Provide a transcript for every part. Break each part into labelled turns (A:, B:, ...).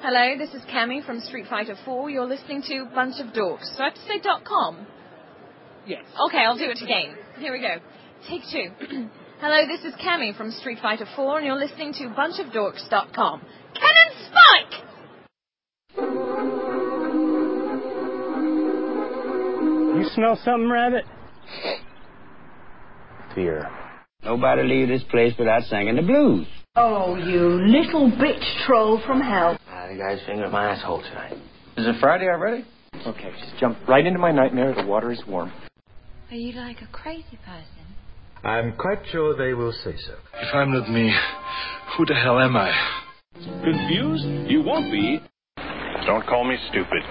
A: Hello, this is Kemi from Street Fighter 4. You're listening to Bunch of Dorks. So I have to say dot com.
B: Yes.
A: Okay, I'll do it again. Here we go. Take two. Hello, this is Kemi from Street Fighter 4, and you're listening to Bunch of Dorks dot com. Ken and Spike!
C: You smell something, Rabbit?
D: Fear. Nobody leave this place without singing the blues.
E: Oh, you little bitch troll from hell.
D: Uh, the guy's fingered my asshole tonight.
F: Is it Friday already?
B: Okay, just jump right into my nightmare. The water is warm.
G: Are you like a crazy person?
H: I'm quite sure they will say so.
I: If I'm not me, who the hell am I?
J: Confused? You won't be.
K: Don't call me stupid.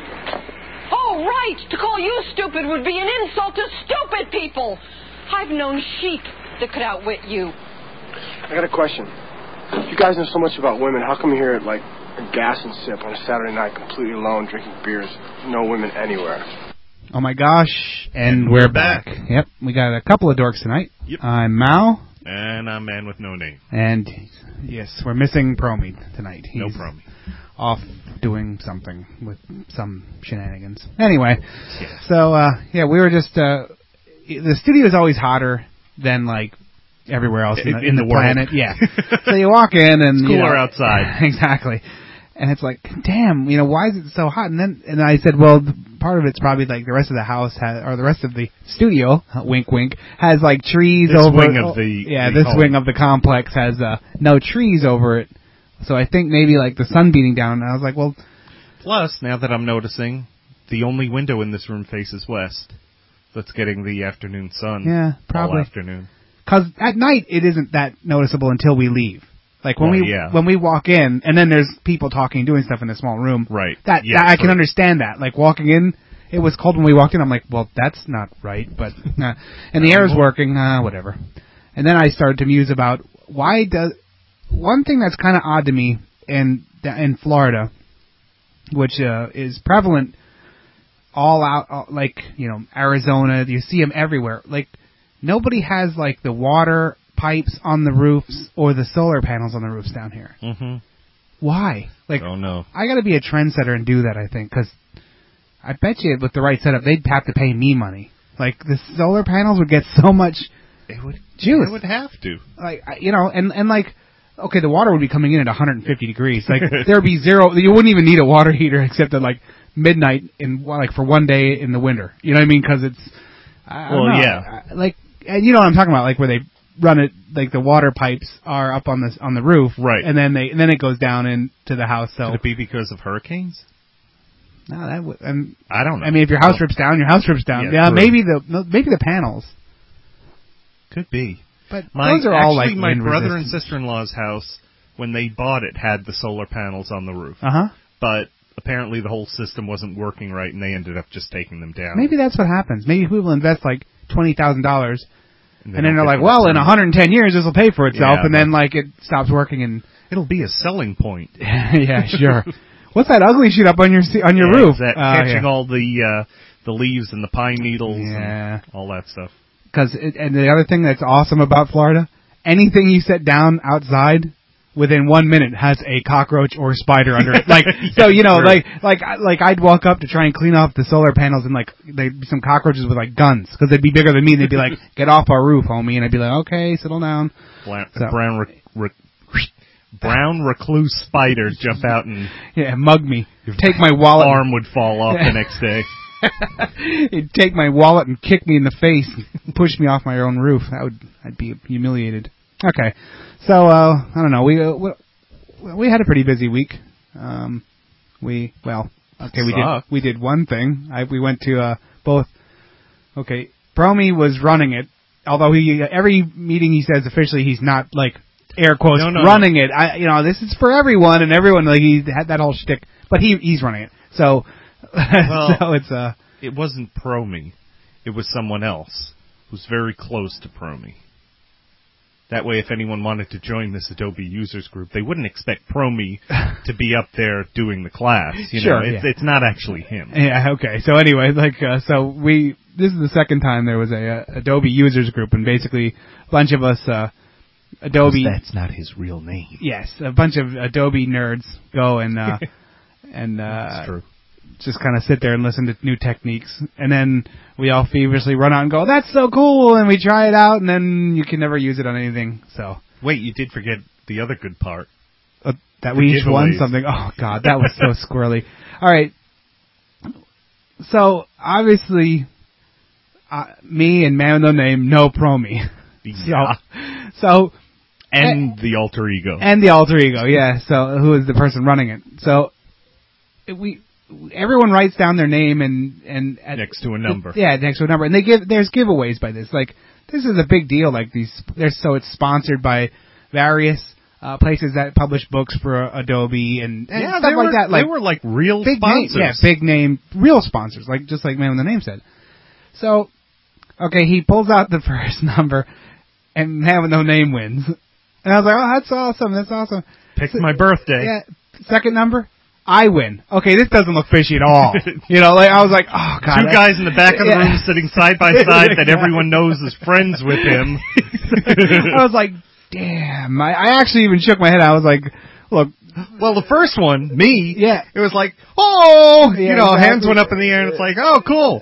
L: Oh, right! To call you stupid would be an insult to stupid people! I've known sheep that could outwit you.
M: I got a question. You guys know so much about women. How come you're here at, like, a gas and sip on a Saturday night completely alone drinking beers? No women anywhere.
N: Oh my gosh! And, we're, back. Yep, we got a couple of dorks tonight.
O: Yep.
N: I'm Mal,
O: And I'm man with no name.
N: and yes, we're missing Promi tonight.
O: No
N: He's
O: problem.
N: Off doing something with some shenanigans. Anyway, so uh, yeah, we were just uh, the studio is always hotter than like everywhere else in,
O: In-
N: the,
O: in
N: the,
O: the world.
N: planet. Yeah. so you walk in
O: It's
N: and you know-
O: cooler outside.
N: exactly. And it's like, damn, you know, why is it so hot? And then, and I said, well, th- part of it's probably like the rest of the house has, or the rest of the studio, wink, wink, has like trees
O: This
N: over. oh,
O: wing of the-
N: yeah,
O: the
N: this
O: home.
N: wing of the complex has uh, no trees over it. So I think maybe like the sun beating down. And I was like, well,
O: Plus, now that I'm noticing, the only window in this room faces west. That's getting the afternoon sun.
N: Yeah, probably.
O: Hmm. All afternoon.
N: Because at night it isn't that noticeable until we leave. Like when
O: Well,
N: we
O: yeah.
N: when we walk in, and then there's people talking, doing stuff in a small room.
O: Right.
N: That,
O: Yeah,
N: that- I can
O: true.
N: understand that. Like walking in, it was cold when we walked in. I'm like, well, that's not right. But uh, and the air's working. Uh, whatever. And then I started to muse about why does one thing that's kind of odd to me in in Florida, which uh, is prevalent all out all, like you know Arizona. You see them everywhere. Like nobody has like the water pipes on the roofs or the solar panels on the roofs down here.
O: Mm-hmm.
N: Why? Like
O: oh no.
N: I got to be a trendsetter and do that. I think because I bet you with the right setup, they'd have to pay me money. Like the solar panels would get so much
O: It would.
N: juice.
O: It would have to.
N: like I- you know, and and like. Okay, the water would be coming in at 150 degrees. Like there'd be zero. You wouldn't even need a water heater except at like midnight in like for one day in the winter. You know what I mean? Because it's I, I don't
O: Well,
N: know.
O: yeah.
N: I- like and you know what I'm talking about. Like where they run it, like the water pipes are up on the on the roof,
O: Right.
N: And then they and then it goes down into the house. So
O: Could it be because of hurricanes?
N: no, that would. And,
O: I don't know.
N: I mean, if your house
O: Well,
N: rips down, your house rips down.
O: Yeah,
N: Yeah,
O: true.
N: maybe the no, maybe the panels,
O: could be.
N: but
O: My,
N: those are all like
O: actually, my
N: wind
O: brother
N: resistant.
O: and sister-in-law's house when they bought it had the solar panels on the roof,
N: Uh huh.
O: but apparently the whole system wasn't working right, and they ended up just taking them down.
N: Maybe that's what happens. Maybe people invest like twenty thousand dollars,
O: and,
N: and then they're
O: they'll
N: like,
O: get
N: "Well, in
O: them.
N: 110 years, this will pay for itself,"
O: Yeah,
N: and then like it stops working. And
O: it'll be a selling point."
N: yeah, sure. What's that ugly shit up on your se- on your
O: Yeah,
N: roof?
O: That
N: Oh,
O: catching
N: yeah.
O: all the uh, the leaves and the pine needles
N: Yeah.
O: and all that stuff.
N: Because and the other thing that's awesome about Florida, anything you set down outside within one minute has a cockroach or spider under it. Like so, you know,
O: True.
N: like like I- like I'd walk up to try and clean off the solar panels, and like they'd be some cockroaches with like guns because they'd be bigger than me, and they'd be like, "Get off our roof, homie," and I'd be like, "Okay, settle down."
O: Bla-
N: So-
O: Brown re- re- brown recluse spider jump out and
N: Yeah, mug me. Take my wallet. and-
O: arm would fall off the next day.
N: He'd take my wallet and kick me in the face and push me off my own roof. That would I'd be humiliated. Okay, so uh, I don't know. We uh, we- we had a pretty busy week. Um, we well okay we did
O: Sucked.
N: we did one thing. I, we went to uh, both. Okay, Bromy was running it, although he uh, every meeting he says officially he's not like air quotes
O: No, no,
N: running it. I you know this is for everyone and everyone like he had that whole shtick, but he he's running it. So
O: Well-
N: so it's uh
O: It wasn't Promi. It was someone else who was very close to Promi. That way, if anyone wanted to join this Adobe users group, they wouldn't expect Promi to be up there doing the class. You
N: Sure,
O: know, it's,
N: yeah.
O: it's not actually him.
N: Yeah. Okay. So anyway, like, uh, so we this is the second time there was a, uh Adobe users group, and basically a bunch of us uh, Adobe.
O: That's not his real name.
N: Yes, a bunch of Adobe nerds go and uh, and uh, just kind of sit there and listen to new techniques. And then we all feverishly run out and go, "That's so cool!" And we try it out, and then you can never use it on anything. So
O: wait, you did forget the other good part.
N: Uh, that
O: The
N: we each won
O: giveaways.
N: something. Oh god, that was so squirrely. All right. So obviously, uh, me and man with no name, no promi.
O: Yeah.
N: So, so
O: and the alter ego.
N: and the alter ego, yeah. So who is the person running it? So we everyone writes down their name and and at,
O: next to a number.
N: yeah, next to a number, and they give there's giveaways by this. Like this is a big deal. Like these, there's so it's sponsored by various uh, places that publish books for Adobe and, and
O: Yeah,
N: stuff
O: they
N: like
O: were-
N: that.
O: they
N: Like
O: were, eh, like, real
N: big name-
O: sponsors.
N: yeah, big name, real sponsors. Like just like man with the name said. So okay, he pulls out the first number, and man with no name wins. And I was like, oh, that's awesome, that's awesome.
O: Picked my birthday.
N: Yeah, second number. I win. Okay, this doesn't look fishy at all. you know, like I was like, oh god.
O: Two
N: that-
O: guys in the back of the
N: Yeah.
O: room sitting side by side that
N: Exactly.
O: everyone knows is friends with him. Uh,
N: I was like, damn. I, I actually even shook my head. I was like, look.
O: Well, the first one, me.
N: Yeah.
O: It was like, oh,
N: Yeah,
O: you know,
N: exactly.
O: hands went up in the air, and it's like, oh, cool.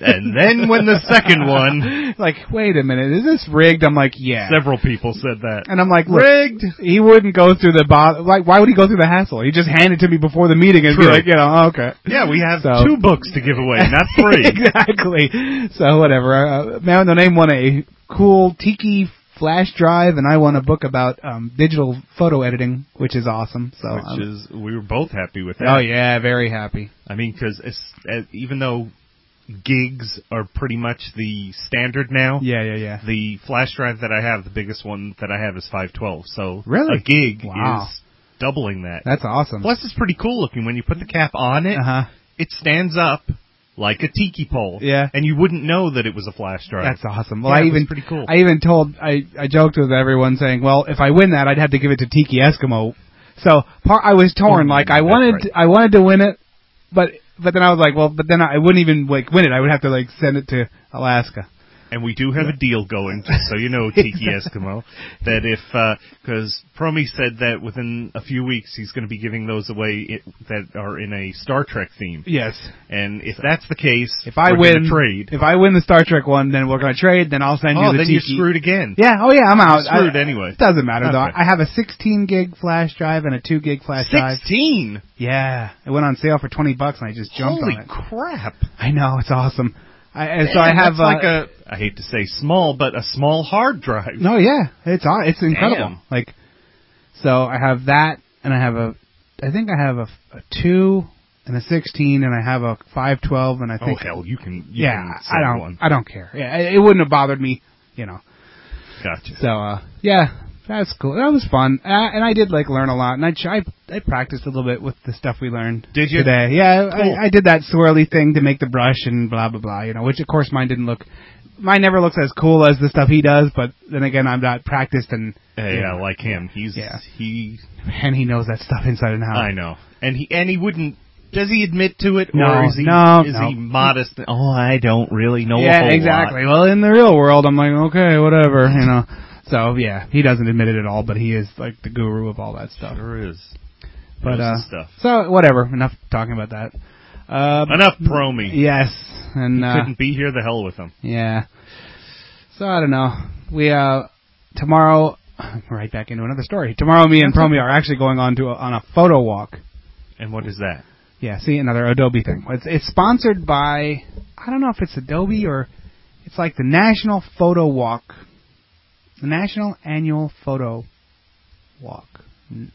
O: and then when the second one,
N: like, wait a minute, is this rigged? I'm like, yeah.
O: several people said that.
N: And I'm like, look,
O: rigged.
N: He wouldn't go through the bo- like. Why would he go through the hassle? He just hand it to me before the meeting and
O: True.
N: be like, you know, "Oh, okay.
O: Yeah, we have
N: So-
O: two books to give away, not three.
N: exactly. So whatever. Uh, Man with No Name won a cool tiki flash drive, and I won a book about um, digital photo editing, which is awesome. So um,
O: Which is, we were both happy with that.
N: oh yeah, very happy.
O: I mean, because even though gigs are pretty much the standard now,
N: Yeah, yeah, yeah.
O: the flash drive that I have, the biggest one that I have is 512. So
N: Really?
O: a gig
N: Wow.
O: is doubling that.
N: That's awesome.
O: Plus, it's pretty cool looking. When you put the cap on it,
N: Uh-huh.
O: it stands up like a tiki pole.
N: Yeah.
O: And you wouldn't know that it was a flash drive.
N: That's awesome. Well,
O: Yeah,
N: I
O: it was
N: even
O: pretty cool.
N: I even told I I joked with everyone saying, well, if I win that, I'd have to give it to Tiki Eskimo. So par- I was torn.
O: Oh,
N: like I
O: that's
N: wanted
O: right.
N: I wanted to win it, but but then I was like, well, but then I wouldn't even like win it. I would have to like send it to Alaska.
O: And we do have a deal going, just so you know, Tiki Eskimo, that if, because Promi said that within a few weeks he's going to be giving those away it, that are in a Star Trek theme.
N: Yes.
O: And if that's the case,
N: If I
O: we're gonna
N: win
O: trade.
N: if I win the Star Trek one, then we're gonna trade. Then I'll send
O: oh,
N: you the
O: then
N: Tiki.
O: you're screwed again.
N: Yeah. Oh yeah. I'm out. I-
O: screwed anyway.
N: Doesn't matter though.
O: Okay.
N: I have a 16 gig flash drive and a 2 gig flash drive.
O: Sixteen.
N: Yeah, it went on sale for 20 bucks and I just jumped
O: Holy
N: on it.
O: crap!
N: I know it's awesome. I, and so I
O: Damn,
N: have
O: that's
N: uh,
O: like a I hate to say small, but a small hard drive.
N: no, yeah, it's on, it's incredible.
O: Damn.
N: Like, so I have that, and I have a, I think I have a, a two and a 16, and I have a 512, and I
O: Oh
N: think
O: hell, you can. You
N: yeah,
O: can
N: I
O: send
N: don't,
O: One.
N: I don't care. Yeah, it, it wouldn't have bothered me, you know.
O: Gotcha.
N: So uh, yeah, that's cool. That was fun, uh, and I did like learn a lot, and I ch- I, I practiced a little bit with the stuff we learned.
O: Did you?
N: today? Yeah,
O: Cool.
N: I, I did that swirly thing to make the brush and blah blah blah. You know, which of course mine didn't look. Mine never looks as cool as the stuff he does, but then again, I'm not practiced, and
O: Yeah,
N: you
O: yeah,
N: know,
O: like him. He's
N: Yeah.
O: he.
N: and he knows that stuff inside and out.
O: I know, and he and he wouldn't. Does he admit to it,
N: No,
O: or is he
N: no,
O: is
N: no.
O: he modest? Oh, I don't really know. a
N: yeah,
O: whole
N: exactly.
O: Lot.
N: Well, in the real world, I'm like, okay, whatever, you know. So yeah, he doesn't admit it at all, but he is like the guru of all that stuff.
O: Sure is.
N: But
O: Knows
N: uh,
O: his stuff.
N: so whatever. Enough talking about that. Um,
O: Enough promi.
N: Yes, and uh,
O: Couldn't be here. The hell with him.
N: yeah. So I don't know. We uh tomorrow right back into another story. Tomorrow, me and Promi are actually going on to a, on a photo walk.
O: And what is that?
N: Yeah, see another Adobe thing. It's it's sponsored by I don't know if it's Adobe or it's like the National Photo Walk, the National Annual Photo Walk.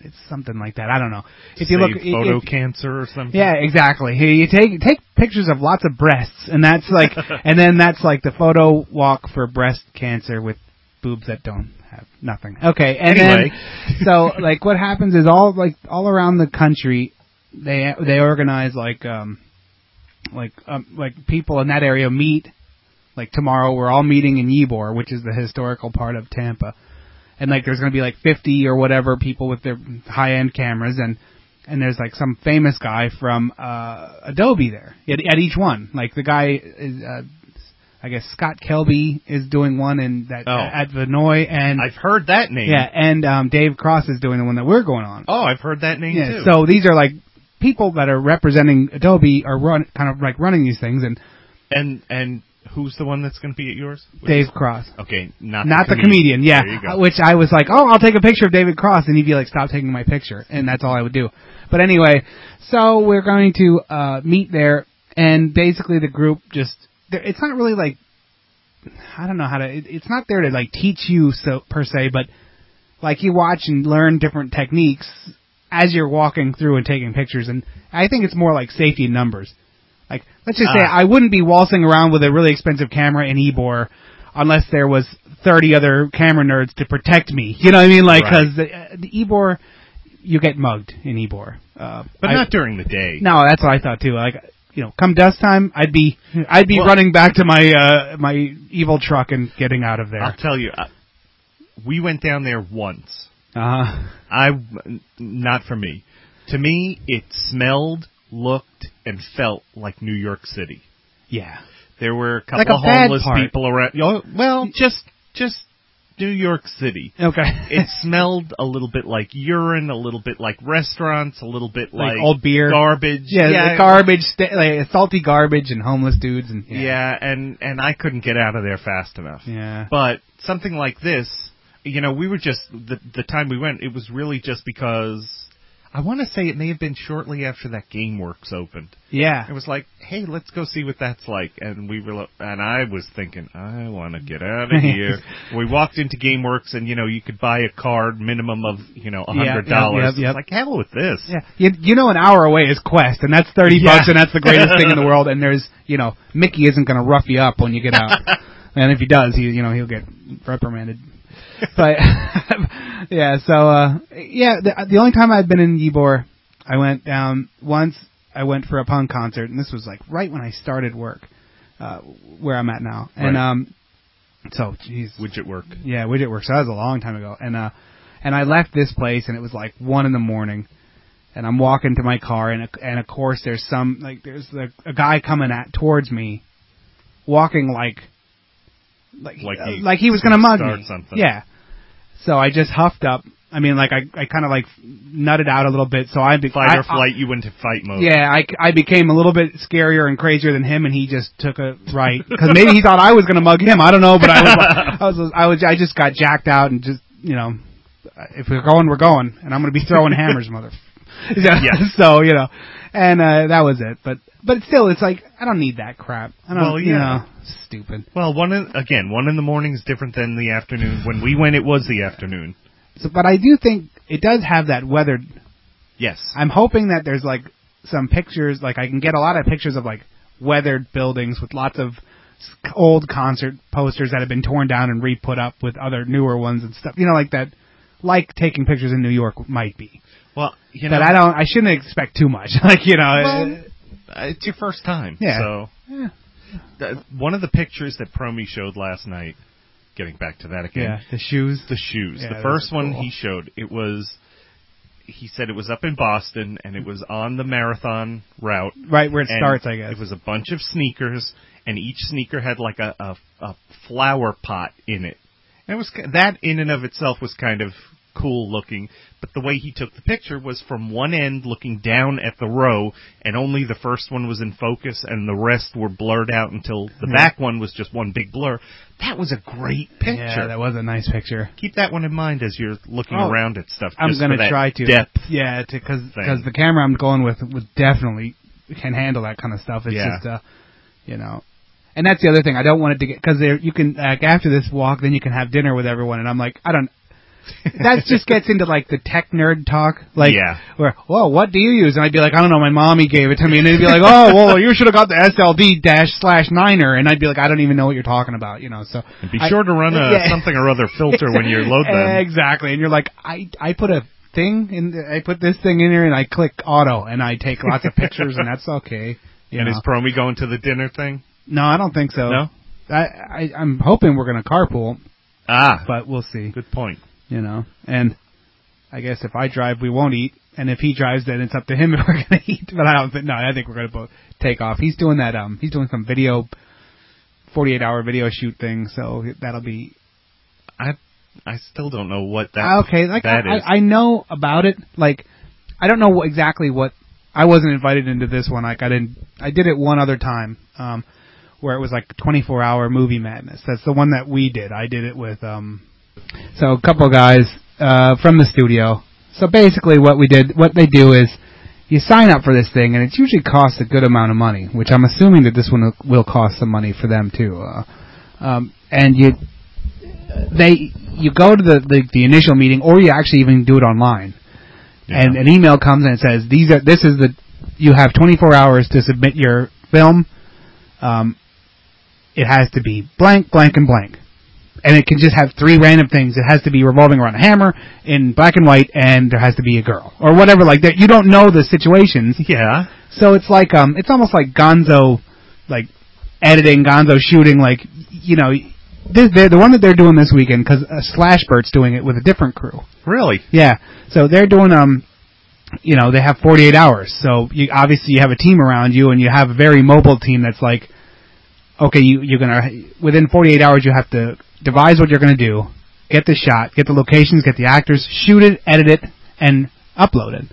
N: It's something like that. I don't know. If you
O: Save
N: look, i-
O: photo
N: if-
O: cancer or something.
N: yeah, exactly. Here, You take take pictures of lots of breasts, and that's like, and then that's like the photo walk for breast cancer with boobs that don't have nothing. Okay, and
O: Anyway.
N: then so like what happens is all like all around the country, they they organize like um like um, like people in that area meet. Like tomorrow, we're all meeting in Ybor, which is the historical part of Tampa, and like there's going to be like 50 or whatever people with their high end cameras, and and there's like some famous guy from uh Adobe there at, at each one. Like the guy is, uh, I guess Scott Kelby is doing one, and that
O: Oh.
N: at Vinoy, and
O: I've heard that name.
N: yeah, and um Dave Cross is doing the one that we're going on.
O: Oh, I've heard that name
N: yeah,
O: too.
N: so these are like people that are representing Adobe are run kind of like running these things, and
O: and and who's the one that's going to be at yours? Which
N: Dave
O: is-
N: Cross.
O: Okay, not
N: not
O: the
N: the comedian, yeah. Uh, Which I was like, oh, I'll take a picture of David Cross, and he'd be like, stop taking my picture, and that's all I would do. But anyway, so we're going to uh, meet there, and basically the group just there- it's not really like I don't know how to. It, it's not there to like teach you so per se, but like you watch and learn different techniques as you're walking through and taking pictures. And I think it's more like safety in numbers. Like let's just say
O: Ah.
N: I wouldn't be waltzing around with a really expensive camera and Ebor unless there was 30 other camera nerds to protect me. You know what I mean? Like
O: Right.
N: because the, the Ebor, you get mugged in Ebor. Uh,
O: But
N: I-
O: not during the day.
N: No, that's what I thought too. Like you know, come dust time, I'd be I'd be
O: Well-
N: running back to my uh, my evil truck and getting out of there.
O: I'll tell you, I, we went down there once.
N: Uh-huh.
O: I not for me. To me, it smelled, looked, and felt like New York City.
N: Yeah.
O: There were a couple
N: Like a
O: of
N: bad
O: homeless
N: part.
O: people around. Oh, Well, just just New York City.
N: Okay.
O: it smelled a little bit like urine, a little bit like restaurants, a little bit like,
N: Like old beer.
O: garbage.
N: Yeah, the garbage, sta- like salty garbage and homeless dudes and
O: Yeah. and and I couldn't get out of there fast enough.
N: Yeah.
O: But something like this, you know, we were just the the time we went, it was really just because I want to say it may have been shortly after that GameWorks opened.
N: Yeah.
O: It was like, hey, let's go see what that's like, and we were, lo- and I was thinking, I want to get out of here. we walked into GameWorks, and you know, you could buy a card minimum of you know a
N: Yeah,
O: hundred
N: yeah,
O: dollars.
N: yep, yep.
O: It's like hell with this.
N: Yeah, you, you know, an hour away is Quest, and that's thirty
O: Yeah.
N: bucks, and that's the greatest thing in the world. And there's, you know, Mickey isn't going to rough you up when you get out, and if he does, he, you know, he'll get reprimanded. But yeah, so uh yeah, the, the only time I've been in Ybor, I went down once. I went for a punk concert, and this was like right when I started work, uh where I'm at now, and
O: Right.
N: um, so jeez,
O: widget work.
N: Yeah, widget work. So that was a long time ago, and uh, and I left this place, and it was like one in the morning, and I'm walking to my car, and and of course there's some like there's the, a guy coming at towards me, walking like like
O: Like
N: uh,
O: he-
N: like he was gonna mug
O: start
N: me.
O: something.
N: Yeah. So I just huffed up. I mean, like I I kind of like nutted out a little bit. So I be-
O: Fight
N: I-
O: or flight,
N: I-
O: you went to fight mode.
N: yeah, I, I became a little bit scarier and crazier than him, and he just took a right because maybe he thought I was going to mug him. I don't know, but I was, like- I was, I was, I just got jacked out and just you know, if we're going, we're going, and I'm going to be throwing hammers, mother.
O: Yeah.
N: so you know, and uh, that was it. But but still, it's like I don't need that crap. I don't,
O: Well,
N: you
O: yeah.
N: know, stupid.
O: Well, one in, again, one in the morning is different than the afternoon. When we went, it was the afternoon.
N: So, but I do think it does have that weathered
O: Yes.
N: I'm hoping that there's like some pictures, like I can get a lot of pictures of like weathered buildings with lots of s- old concert posters that have been torn down and re-put up with other newer ones and stuff. You know, like that, like taking pictures in New York might be.
O: Well, you
N: but
O: know-
N: I don't. I shouldn't expect too much. like you know,
O: Well, Uh, it's your first time.
N: Yeah.
O: So
N: Yeah.
O: Th- one of the pictures that Promi showed last night, getting back to that again.
N: Yeah, the shoes.
O: The shoes.
N: Yeah,
O: the
N: those
O: first
N: are
O: one
N: cool.
O: he showed, it was he said it was up in Boston and it was on the marathon route.
N: Right, where it
O: And
N: starts, I guess.
O: It was a bunch of sneakers and each sneaker had like a, a, a flower pot in it. And it was ki- that in and of itself was kind of cool looking, but the way he took the picture was from one end looking down at the row and only the first one was in focus and the rest were blurred out until the
N: Yeah.
O: back one was just one big blur. That was a great picture.
N: Yeah, that was a nice picture.
O: Keep that one in mind as you're looking
N: Oh,
O: around at stuff.
N: I'm
O: just
N: gonna
O: for that
N: try to.
O: depth.
N: Yeah, because
O: thing.
N: because the camera I'm going with would definitely can handle that kind of stuff. It's
O: Yeah.
N: just uh, you know, and that's the other thing. I don't want it to get because there you can like after this walk, then you can have dinner with everyone, and I'm like, I don't. that just gets into like the tech nerd talk, like
O: Yeah.
N: where, whoa, what do you use? And I'd be like, I don't know, my mommy gave it to me, and they'd be like, oh, well, you should have got the SLD dash slash niner, and I'd be like, I don't even know what you're talking about, you know. So
O: And be
N: I-
O: sure to run a
N: Yeah.
O: something or other filter when you load them.
N: Exactly, and you're like, I I put a thing in, the, I put this thing in here, and I click auto, and I take lots of pictures, and that's okay. You
O: and
N: know.
O: is Promi going to the dinner thing?
N: no, I don't think so.
O: No?
N: I, I I'm hoping we're gonna carpool,
O: Ah,
N: but we'll see.
O: good point.
N: You know, and I guess if I drive, we won't eat, and if he drives, then it's up to him if we're gonna eat. But I don't think no, I think we're gonna both take off. He's doing that. Um, he's doing some video, forty eight hour video shoot thing, so that'll be
O: I I still don't know what that
N: okay like
O: that
N: I,
O: is.
N: I, I know about it like i don't know what, exactly what I wasn't invited into this one. Like I didn't. I did it one other time, um, where it was like 24 hour movie madness. That's the one that we did. I did it with um, so a couple guys uh, from the studio. So basically, what we did, what they do is you sign up for this thing, and it usually costs a good amount of money, which I'm assuming that this one will cost some money for them too. Uh, um, and you they you go to the, the the initial meeting, or you actually even do it online. And an email comes and it says these are this is the you have 24 hours to submit your film. Um, it has to be blank, blank, and blank, and it can just have three random things. It has to be revolving around a hammer in black and white, and there has to be a girl or whatever like that. You don't know the situations.
O: Yeah.
N: So it's like um, it's almost like Gonzo, like editing Gonzo shooting. Like you know, this, the the one that they're doing this weekend because uh, Slashbert's doing it with a different crew.
O: Really?
N: Yeah. So they're doing um, you know, they have 48 hours. So you obviously you have a team around you, and you have a very mobile team that's like, okay, you you're gonna within 48 hours you have to devise what you're gonna do, get the shot, get the locations, get the actors, shoot it, edit it, and upload it.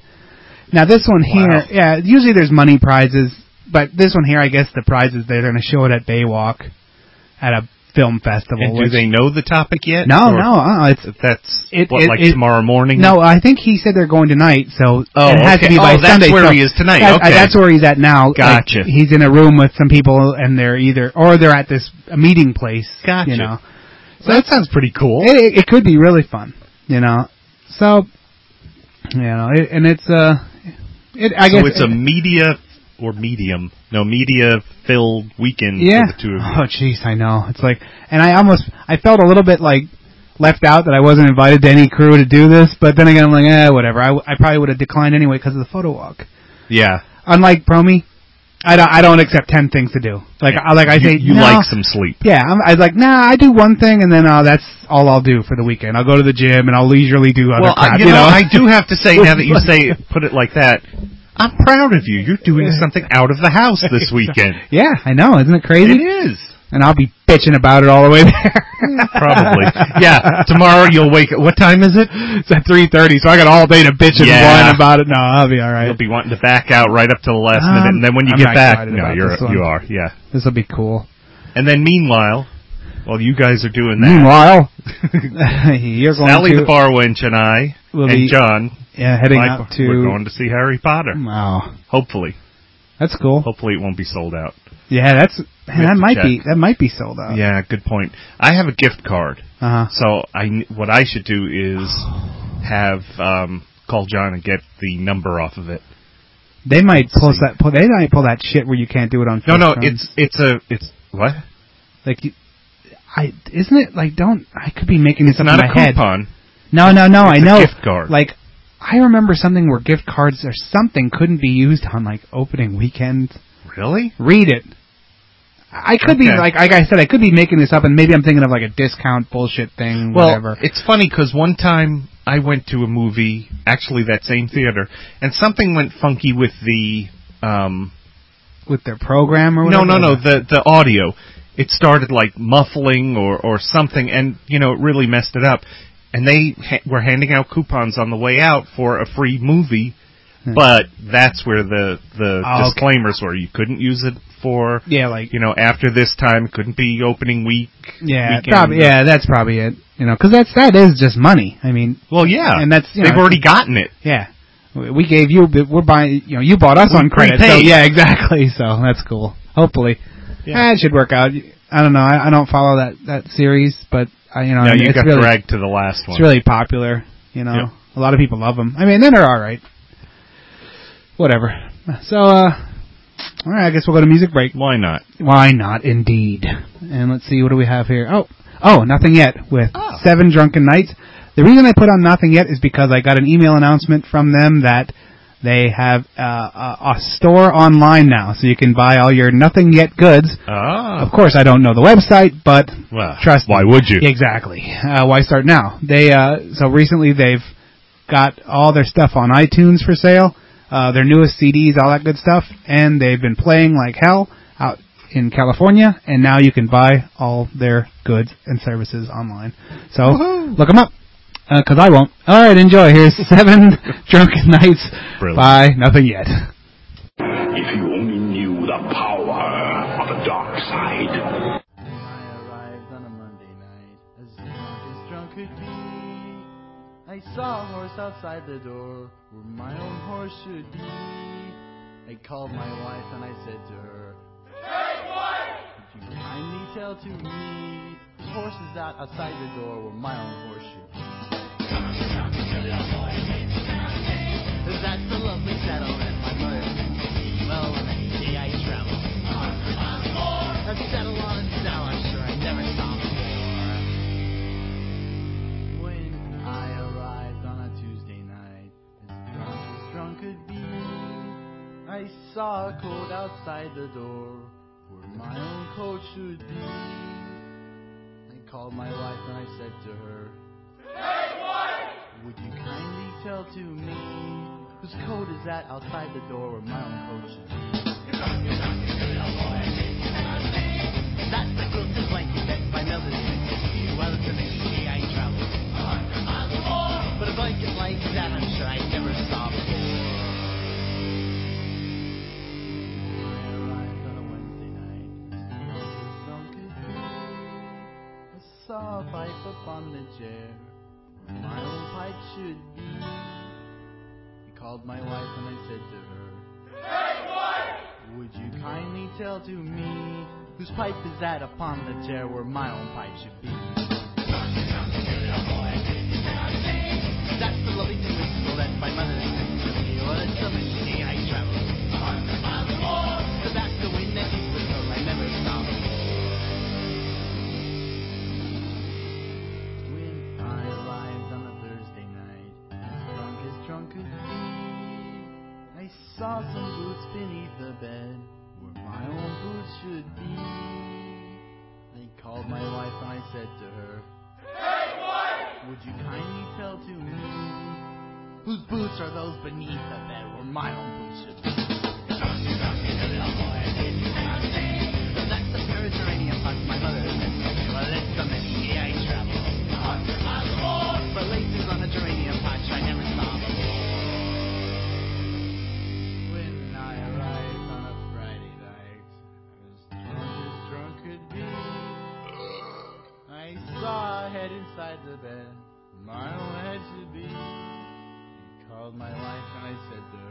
N: Now this one here, yeah, usually there's money prizes, but this one here, I guess the prize is they're gonna show it at Baywalk, at a film festival.
O: And do
N: which-
O: they know the topic yet?
N: No,
O: Or
N: no, uh, it's
O: that's
N: it-
O: what
N: it-
O: like
N: it-
O: tomorrow morning.
N: No, I think he said they're going tonight, so
O: Oh,
N: it has to
O: okay.
N: be by
O: Oh, that's
N: Sunday.
O: where
N: so
O: he is tonight.
N: That,
O: Okay.
N: that's where he's at now. Like,
O: Gotcha.
N: he's in a room with some people, and they're either or they're at this meeting place.
O: Gotcha.
N: You know,
O: So that sounds pretty cool.
N: it, it, it could be really fun. You know, so you know, it, and it's uh, it I
O: so
N: guess
O: it's a media or medium, no media filled weekend
N: yeah.
O: for the two of you.
N: Oh, jeez, I know. It's like, and I almost I felt a little bit like left out that I wasn't invited to any crew to do this, but then again, I'm like, eh, whatever. I, w- I probably would have declined anyway because of the photo walk.
O: Yeah,
N: unlike Promi, I don't, I don't accept ten things to do. Like I like I
O: you,
N: say,
O: you
N: no.
O: like some sleep.
N: Yeah, I'm, I was like, nah, I do one thing, and then uh, that's all I'll do for the weekend. I'll go to the gym, and I'll leisurely do other
O: well,
N: crap.
O: I, you, know, I do have to say now that you say put it like that, I'm proud of you. You're doing something out of the house this weekend.
N: yeah, I know, isn't it
O: It
N: crazy?
O: is.
N: And I'll be bitching about it all the way there.
O: Probably. Yeah. Tomorrow you'll wake up. What time is it?
N: it's at three thirty, so I got all day to bitch and
O: Yeah.
N: whine about it. No, I'll be all right.
O: You'll be wanting to back out right up to the last
N: Um,
O: minute, and then when you
N: I'm
O: get
N: not
O: back,
N: excited
O: no,
N: about
O: you're
N: this one.
O: you are, yeah.
N: This will be cool.
O: And then meanwhile, while you guys are doing that,
N: Meanwhile, you're going
O: Sally
N: to
O: the bar wench and I
N: Will
O: and
N: be-
O: John
N: yeah, heading
O: my-
N: out to Hmm.
O: we're going to see Harry Potter.
N: wow.
O: Hopefully,
N: That's cool.
O: hopefully it won't be sold out.
N: Yeah, that's man,
O: have
N: that
O: to
N: might
O: check.
N: be that might be sold out.
O: Yeah, good point. I have a gift card,
N: Uh-huh.
O: so I what I should do is have um, call John and get the number off of it.
N: They might pull that. Pull, they might pull that shit where you can't do it on.
O: No,
N: first
O: no,
N: run.
O: it's it's a it's what?
N: like, you, I isn't it like don't I could be making this
O: It's
N: up
O: not
N: in
O: a
N: my head.
O: coupon.
N: No, no, no. I
O: It's a
N: know.
O: gift card.
N: Like I remember something where gift cards or something couldn't be used on like opening weekend.
O: Really?
N: Read it. I could be
O: Okay.
N: like like I said I could be making this up and maybe I'm thinking of like a discount bullshit thing
O: Well,
N: whatever.
O: it's funny because one time I went to a movie, actually that same theater, and something went funky with the um,
N: with their program or
O: no,
N: whatever.
O: no, no, the the audio. It started like muffling or or something, and you know it really messed it up. And they ha- were handing out coupons on the way out for a free movie, but that's where the the
N: Oh, Hmm. okay.
O: disclaimers were. You couldn't use it for
N: Yeah, like
O: you know after this time. Couldn't be opening week.
N: yeah,
O: weekend.
N: probably, yeah, that's probably it. You know, because that's that is just money. I mean,
O: Well, yeah,
N: And that's, you
O: they've
N: know,
O: already gotten it.
N: Yeah. We we gave you, but we're buying, you know, you bought us
O: We
N: on credit. So
O: prepaid.
N: yeah, exactly. So that's cool. Hopefully.
O: Yeah.
N: Eh, it should work out. I don't know. I, I don't follow that, that series, but I, you know,
O: No,
N: I mean,
O: you
N: it's
O: got
N: really,
O: dragged to the last one.
N: it's really popular, you know.
O: Yeah.
N: A lot of people love them. I mean, then they're alright. Whatever. So, uh, alright, I guess we'll go to music break.
O: Why not?
N: Why not, indeed? And let's see, what do we have here? Oh, oh, nothing yet with
O: Oh.
N: Seven Drunken Nights. The reason I put on nothing yet is because I got an email announcement from them that they have uh, a, a store online now, so you can buy all your nothing yet goods.
O: Ah,
N: Of course, I don't know the website, but
O: Well,
N: trust.
O: why
N: me.
O: would you?
N: Exactly. Uh, why start now? They uh, so recently they've got all their stuff on iTunes for sale, uh, their newest CDs, all that good stuff, and they've been playing like hell out in California, and now you can buy all their goods and services online. So look 'em look them up. Uh 'cause I won't. All right, enjoy. Here's seven drunken nights
O: Brilliant.
N: by nothing yet.
F: I saw a horse outside the door where my own horse should be. I called my wife and I said to her,
P: Hey, wife!
F: Could you kindly tell to me the horse is out outside the door where my own horse should be? That's a lovely settlement, my mother. Well, on a day I travel, I settle on a cell I'm sure I never saw before. When I arrived on a Tuesday night, as drunk as drunk could be, I saw a coat outside the door where my own coat should be. I called my wife and I said to her,
P: Hey, wife!
F: would you kindly tell to me whose coat is that outside the door where my own coat should be? That's the group that's like that by Melody. Well, it's an HD I travel. But a blanket like that, I'm sure I never saw before. I arrived on a Wednesday night, drunk as drunk could be. I saw a pipe upon the chair my own pipe should be. I called my wife and I said to her,
P: Hey, wife!
F: Would you kindly tell to me whose pipe is that upon the chair where my own pipe should be? That's the lovely to whistle that my mother sent to me. What a summer's day I travel. So that's the wind that keeps the soul I never saw When I arrived on a Thursday night, as drunk as drunk could be, I saw some boots beneath the bed where my own boots should be. I called my wife and I said to her,
P: Hey, wife!
F: Would you kindly tell to me whose boots are those beneath the bed where my own boots should be? That's the pair of geranium pots my mother sent me. Well, it's from the sea I travel. But laces on a geranium patch I never saw before. When I arrived on a Friday night, as drunk as drunk could be, I saw a head inside the bed. My own head should be. I called my wife and I said to her,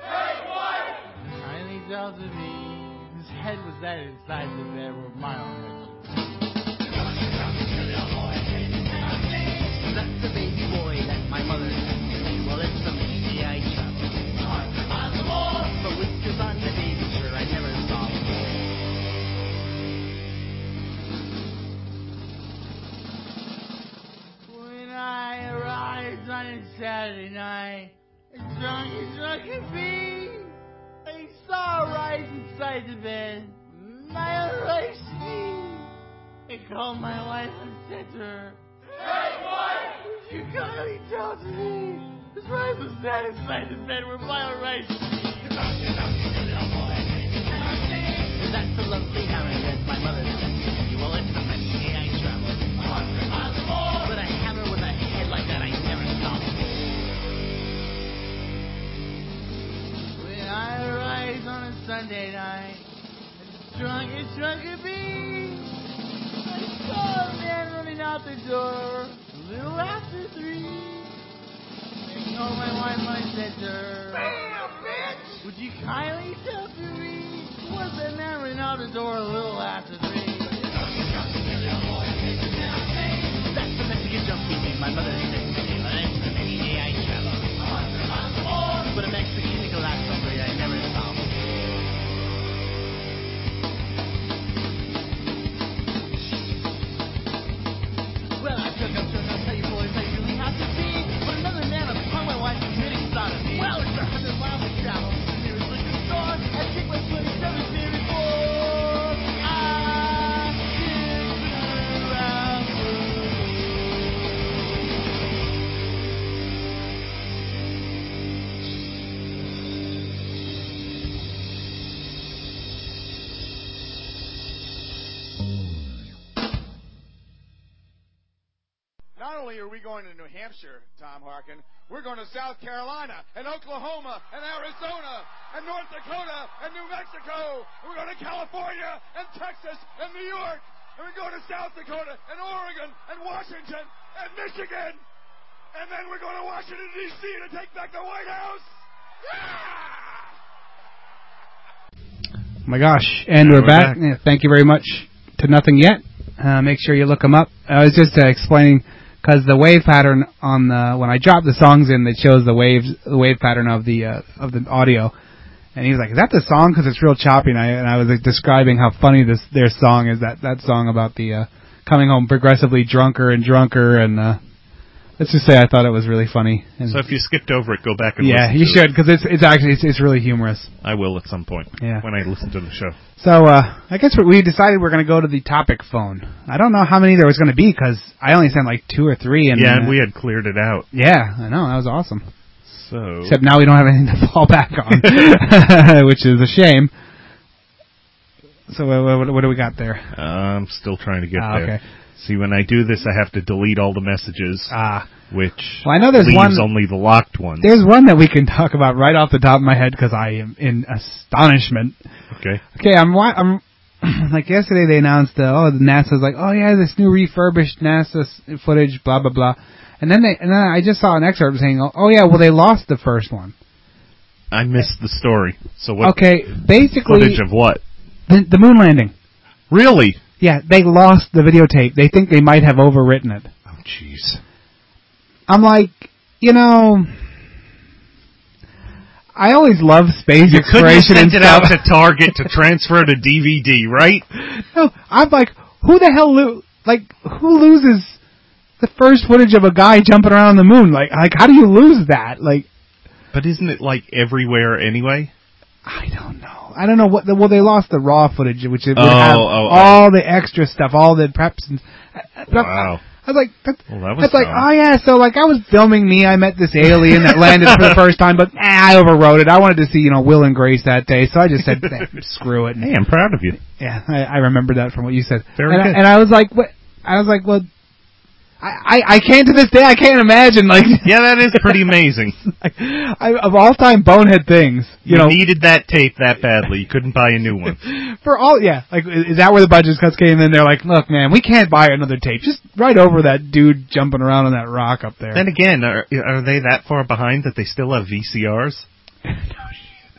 P: Hey, wife!
F: Kindly tell to me whose head was that inside the bed where my own head should be. That's the baby boy that my mother sent me. Well, it's from India I travel. But whiskers on the baby shirt I never saw before. When I arrived on a Saturday night, as drunk as I could be, I saw a rise inside the bed. My rice me. I called my wife and said to her,
P: Hey, wife!
F: If you kindly tell to me, this rise was that inside the bed where my rice That's the lovely hammer that my mother sent me. Well, it's from the day I traveled. But a hammer with a head like that I never saw before. When I rise on a Sunday night, as drunk as drunk could be, I saw a man running out the door a little after three. I called my wife and I said to her,
P: Bam, bitch!
F: would you kindly tell to me what's the man running out the door a little after three? That's the Mexican jump we made. My mother said to me, "Well, that's the many day I travel. But a Mexican glass over I never saw. Well, I took up, took up, tell you boys I really have to be. But another man upon my wife committing sodomy. Well, it's a hundred miles of travel. Seriously, this door, I think my foot is never seen before. I stick around.
Q: Not only are we going to New Hampshire, Tom Harkin, we're going to South Carolina and Oklahoma and Arizona and North Dakota and New Mexico. We're going to California and Texas and New York. And we go to South Dakota and Oregon and Washington and Michigan. And then we're going to Washington, D.C. to take back the White House.
N: Oh my gosh! And we're,
O: we're
N: back.
O: back.
N: Yeah, thank you very much to nothing yet. Uh, make sure you look them up. I was just uh, explaining because the wave pattern on the when I drop the songs in, it shows the waves, the wave pattern of the uh, of the audio. And he was like, "Is that the song? Because it's real choppy." And I and I was like, describing how funny this their song is. That that song about the uh, coming home progressively drunker and drunker. And uh, let's just say I thought it was really funny. And
O: So if you skipped over it, go back and
N: yeah,
O: listen
N: you
O: to
N: should because it's it's actually it's, it's really humorous.
O: It. I will at some point.
N: Yeah.
O: When I listen to the show.
N: So uh, I guess we- we decided we're going to go to the topic phone. I don't know how many there was going to be because I only sent like two or three. And
O: yeah,
N: uh,
O: and we had cleared it out.
N: yeah, I know that was awesome.
O: So
N: Except now we don't have anything to fall back on, which is a shame. So uh, what, what do we got there?
O: I'm still trying to get
N: Ah,
O: there.
N: okay.
O: See, when I do this, I have to delete all the messages.
N: Ah.
O: Which
N: Well, I know there's
O: leaves
N: one-
O: only the locked ones.
N: There's one that we can talk about right off the top of my head because I am in astonishment.
O: Okay.
N: Okay, I'm wa- I'm like yesterday they announced uh, oh the NASA's like oh yeah this new refurbished NASA s- footage blah blah blah, and then they and then I just saw an excerpt saying oh, oh yeah well they lost the first one.
O: I missed the story. So what?
N: okay, basically
O: Footage of what?
N: the, the moon landing.
O: Really?
N: Yeah, they lost the videotape. They think they might have overwritten it.
O: Oh jeez.
N: I'm like, you know, I always love space
O: You couldn't have
N: exploration
O: sent
N: and
O: it
N: stuff.
O: out to Target to transfer to DVD, right?
N: No, I'm like, who the hell lo- like who loses the first footage of a guy jumping around on the moon? Like, like how do you lose that? Like,
O: But isn't it like everywhere anyway?
N: I don't know. I don't know what. The, well, they lost the raw footage, which it would
O: Oh,
N: have
O: oh, oh.
N: all the extra stuff, all the preps. And, but I'm-
O: Wow.
N: I was like, that's,
O: Well, that was
N: that's like,
O: dumb.
N: oh yeah. So like, I was filming me. I met this alien that landed for the first time, but eh, I overrode it. I wanted to see you know Will and Grace that day, so I just said, eh, screw it.
O: Hey, I'm proud of you.
N: Yeah, I, I remember that from what you said.
O: Very
N: and,
O: good.
N: I, and I was like, what? I was like, well, I, I, I can't to this day. I can't imagine like,
O: Yeah, that is pretty amazing.
N: I, of all time bonehead things, you,
O: You,
N: know,
O: needed that tape that badly. You couldn't buy a new one.
N: for all yeah, like i- is that where the budget cuts came in? They're like, look, man, we can't buy another tape. Just right over that dude jumping around on that rock up there.
O: Then again, are, are they that far behind that they still have VCRs?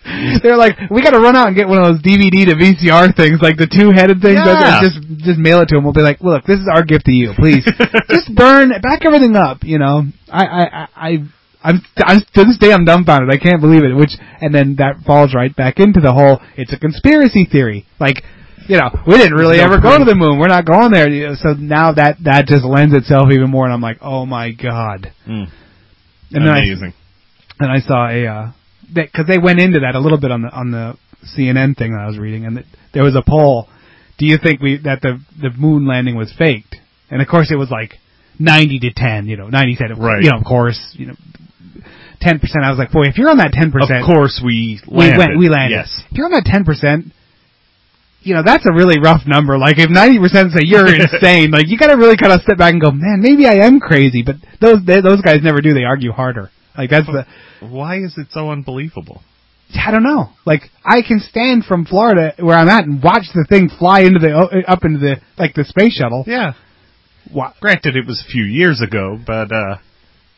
N: They're like, we got to run out and get one of those DVD to VCR things, like the two-headed things.
O: Yeah.
N: Just just mail it to them. We'll be like, look, this is our gift to you. Please, just burn back everything up. You know, I I I. I I'm, I'm to this day I'm dumbfounded. I can't believe it. Which and then that falls right back into the whole. It's a conspiracy theory. Like, you know, we didn't really
O: There's no
N: ever go
O: proof.
N: to the moon. We're not going there. You know, so now that that just lends itself even more. And I'm like, oh my god.
O: Mm.
N: And then I-
O: Amazing.
N: and I saw a uh, because they went into that a little bit on the on the CNN thing that I was reading, and it, there was a poll. Do you think we that the the moon landing was faked? And of course, it was like ninety to ten. You know, ninety said,
O: Right.
N: You know, of course, you know, ten percent. I was like, boy, if you're on that ten percent,
O: Of course, we
N: we
O: landed.
N: went, we landed.
O: Yes.
N: If you're on that ten percent. You know that's a really rough number. Like if ninety percent say you're insane, like you got to really kind of step back and go, man, maybe I am crazy. But those they, those guys never do. They argue harder. Like that's the
O: Why is it so unbelievable?
N: I don't know. Like I can stand from Florida where I'm at and watch the thing fly into the uh, up into the like the space shuttle.
O: Yeah.
N: Wha-
O: Granted, it was a few years ago, but uh,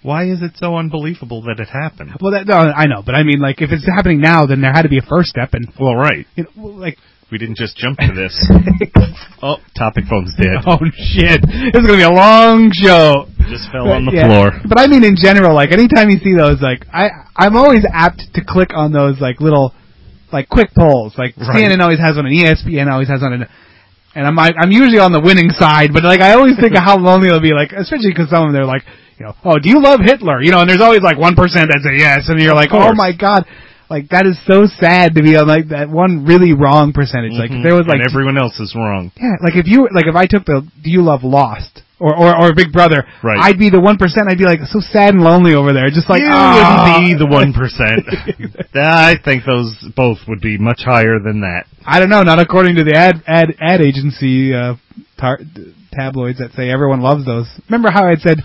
O: why is it so unbelievable that it happened?
N: Well, that, no, I know, but I mean, like if it's happening now, then there had to be a first step, and
O: Well, right.
N: you know, like
O: We didn't just jump to this. oh, topic phone's dead.
N: oh shit, this is gonna be a long show.
O: Just fell on the
N: But, yeah.
O: floor.
N: But I mean, in general, like anytime you see those, like I, I'm always apt to click on those like little, like quick polls. Like
O: Right.
N: CNN always has one, and E ESPN always has one, and, and I'm like, I'm usually on the winning side. But like I always think of how lonely it'll be, like especially because some of them they're like, you know, oh, do you love Hitler? You know, and there's always like one percent that say yes, and you're like, oh
O: course.
N: my god. Like that is so sad to be on like that one really wrong percentage. Like if
O: Mhm.
N: there was like
O: and everyone else is wrong.
N: yeah, like if you like if I took the Do You Love Lost or or, or Big Brother,
O: Right.
N: I'd be the one percent. I'd be like so sad and lonely over there, just like
O: you
N: ah.
O: wouldn't be the one percent. I think those both would be much higher than that.
N: I don't know, not according to the ad ad ad agency uh, tar- tabloids that say everyone loves those. Remember how I said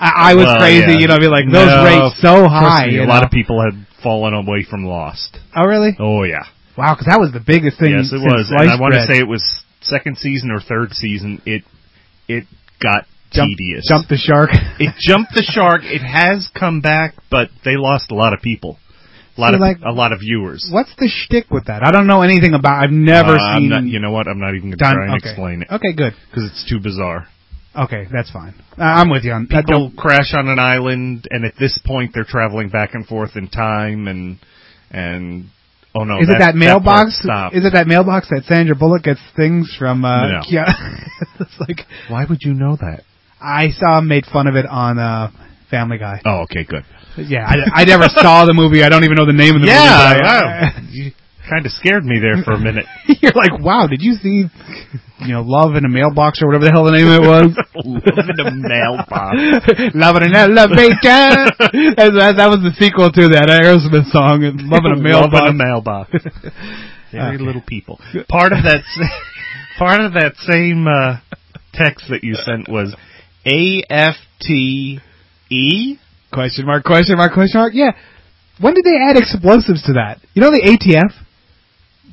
N: I, I was
O: Well,
N: crazy,
O: yeah.
N: you know, I'd be like those
O: No,
N: rates so
O: trust
N: high.
O: me,
N: you
O: a lot
N: know?
O: of people had fallen away from Lost.
N: Oh really?
O: Oh yeah,
N: Wow, because that was the biggest thing.
O: yes, it
N: since
O: was. And I
N: sliced
O: want to
N: bread.
O: say it was second season or third season. It it got Jump,
N: tedious. Jump the shark.
O: it jumped the shark. It has come back, but they lost a lot of people, a lot
N: See,
O: of
N: like,
O: a lot of viewers.
N: What's the shtick with that? I don't know anything about. I've never
O: Uh, I'm
N: seen.
O: not- you know what? I'm not even going to
N: Done.
O: try and
N: Okay.
O: explain it.
N: Okay, good.
O: Because it's too bizarre.
N: okay, that's fine. Uh, I'm with you on. I
O: People
N: don't-
O: crash on an island, and at this point, they're traveling back and forth in time, and and oh no,
N: is it that
O: that
N: mailbox?
O: Stop.
N: is it that mailbox that Sandra Bullock gets things from? Uh,
O: No.
N: Kia- it's like
O: why would you know that?
N: I saw him made fun of it on uh, Family Guy.
O: Oh, okay, good.
N: Yeah, I, I never saw the movie. I don't even know the name of the
O: yeah,
N: movie. but I-
O: wow. you kind of scared me there for a minute.
N: You're like, wow, did you see, you know, Love in a Mailbox or whatever the hell the name of it was?
O: Love in a mailbox.
N: Love in an elevator. That's- that, that was the sequel to that Aerosmith song, Love in a Mailbox.
O: Love in a mailbox. Very
N: Okay.
O: little people. Part of that, s- part of that same uh, text that you sent was A F T E
N: question mark, question mark, question mark. Yeah. When did they add explosives to that? You know the ATF?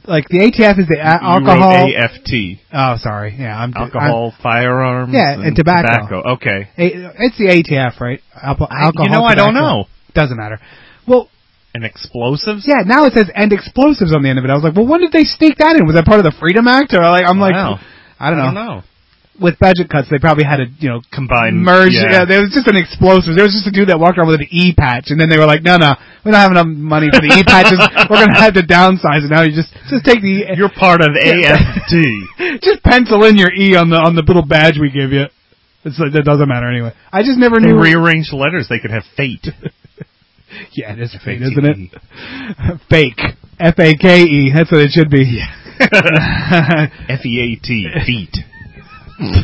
N: Like, the ATF is the a- alcohol.
O: A F T
N: oh, sorry. Yeah, I'm
O: alcohol firearms
N: Yeah, and tobacco.
O: Okay,
N: I'm, A- it's the ATF, right? Alpo- alcohol.
O: you know I don't
N: tobacco.
O: know.
N: Doesn't matter. Well,
O: and explosives.
N: Yeah, now it says and explosives on the end of it. I was like, well, when did they sneak that in? Was that part of the Freedom Act? Or like, I'm
O: Wow.
N: like, I don't know.
O: I don't know.
N: With budget cuts, they probably had to, you know,
O: Combined,
N: merge.
O: yeah.
N: there was just an explosive. There was just a dude that walked around with an E patch, and then they were like, no, no, we don't have enough money for the E patches. We're gonna have to downsize it. Now you just just take the
O: You're part of AFT.
N: just pencil in your E on the on the little badge we give you. It's like, that doesn't matter anyway. I just never
O: They
N: knew.
O: rearranged letters. They could have fate.
N: yeah, it is fate, isn't
O: E.
N: it? Fake. F A K E. That's what it should be.
O: F E A T feet.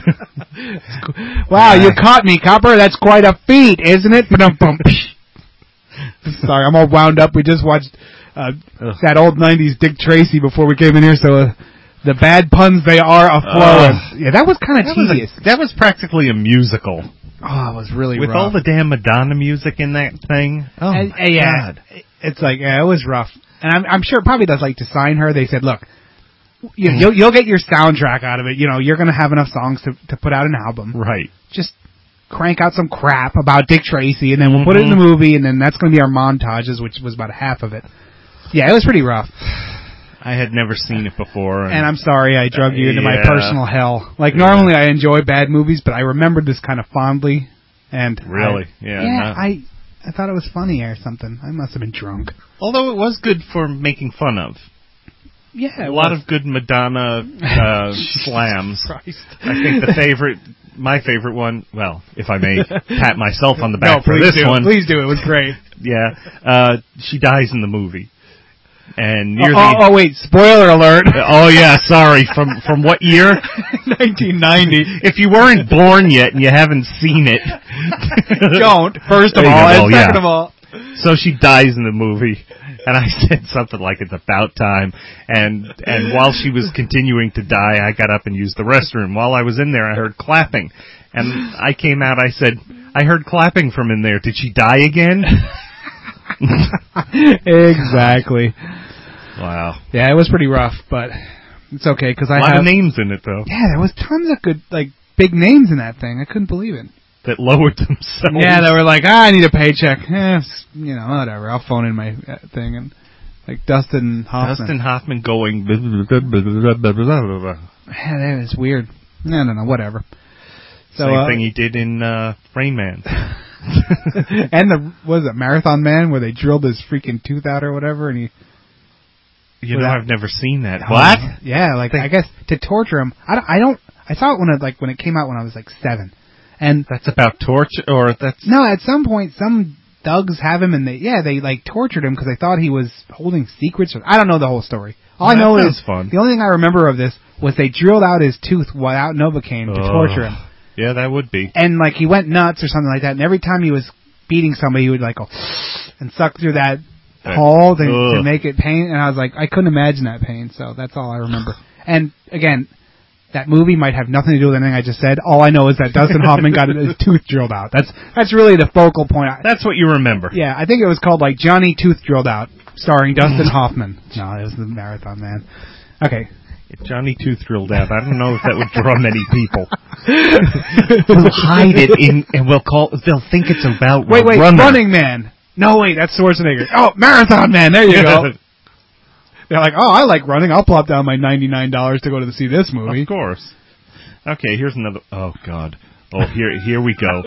N: Wow, you caught me, copper. That's quite a feat, isn't it? Ba-dum-bum. Sorry, I'm all wound up. We just watched uh, that old '90s Dick Tracy before we came in here, so uh, the bad puns they are aflowing. yeah, that was kind of
O: That was a-
N: tedious.
O: that was practically a musical.
N: oh, it was really
O: With
N: rough.
O: all the damn Madonna music in that thing. Oh,
N: And-
O: my
N: and yeah,
O: God.
N: It's like yeah, it was rough, and I'm, I'm sure probably that's like to sign her. They said, look, you,
O: Mm.
N: you'll you'll get your soundtrack out of it. You know, you're gonna have enough songs to to put out an album.
O: Right.
N: Just crank out some crap about Dick Tracy, and then we'll put it in the
O: Mhm.
N: movie, and then that's gonna be our montages, which was about half of it. Yeah, it was pretty rough,
O: I had never seen it before.
N: and I'm sorry I drug you into my
O: Yeah.
N: personal hell. Like normally I enjoy bad movies, but I remembered this kind of fondly, and I-
O: Really? Yeah,
N: yeah,
O: no.
N: I. I thought it was funny or something. I must have been drunk.
O: Although it was good for making fun of.
N: Yeah,
O: A lot of good Madonna uh, slams. I think the favorite, my favorite one, well, if I may pat myself on the back
N: no,
O: for
N: please
O: this
N: do.
O: one.
N: Please do. It was great.
O: Yeah. Uh, she dies in the movie. And near
N: oh,
O: the
N: oh, wait, spoiler alert.
O: Oh yeah, sorry. From from what year?
N: 1990.
O: If you weren't born yet and you haven't seen it,
N: Don't, first
O: There
N: of
O: you
N: all,
O: go,
N: and
O: yeah.
N: second of all.
O: So she dies in the movie, and I said something like it's about time. And and while she was continuing to die, I got up and used the restroom. While I was in there, I heard clapping, and I came out. I said, I heard clapping from in there. Did she die again?
N: exactly.
O: Wow.
N: Yeah, it was pretty rough, but it's okay because
O: A
N: I
O: lot
N: have
O: of names in it though
N: Yeah, there was tons of good, like big names in that thing. I couldn't believe it.
O: that lowered themselves.
N: Yeah, they were like, ah, I need a paycheck. Eh, s- you know, whatever. I'll phone in my uh, thing and like Dustin Hoffman.
O: Dustin Hoffman going. blah, blah, blah, blah, blah, blah, blah, blah.
N: Yeah, that was weird. No, no, no, whatever. So,
O: Same
N: uh,
O: thing he did in uh, Rain Man.
N: and the what is it Marathon Man where they drilled his freaking tooth out or whatever, and he
O: You
N: Well,
O: know,
N: that-
O: I've never seen that.
N: Yeah, like I guess to torture him. I don't. I, don't, I saw it when it like when it came out when I was like seven, and
O: That's about torture, or that's
N: no, at some point some thugs have him and they yeah they like tortured him because they thought he was holding secrets. Or, I don't know the whole story. All I
O: That
N: know
O: sounds
N: is
O: fun.
N: the only thing I remember of this was they drilled out his tooth without novocaine to
O: Ugh.
N: torture him.
O: Yeah, that would be.
N: and like he went nuts or something like that. And every time he was beating somebody, he would like go and suck through that
O: Right.
N: hole to, to
O: Ugh.
N: make it pain. And I was like, I couldn't imagine that pain. So that's all I remember. and again, that movie might have nothing to do with anything I just said. All I know is that Dustin Hoffman got his tooth drilled out. That's that's really the focal point. I,
O: That's what you remember.
N: yeah, I think it was called like Johnny Tooth Drilled Out, starring Dustin Hoffman. No, it was the Marathon Man. Okay,
O: If Johnny Two thrilled out, I don't know if that would draw many people. we'll
N: We'll
O: hide it in, and we'll call. They'll think it's about
N: Wait, wait,
O: Oh, runner.
N: Running Man. No, wait, that's Schwarzenegger. Oh, Marathon Man. There you go. They're like, oh, I like running. I'll plop down my ninety nine dollars to go to see this movie.
O: Of course. Okay, here's another. Oh God. Oh, here, here we go.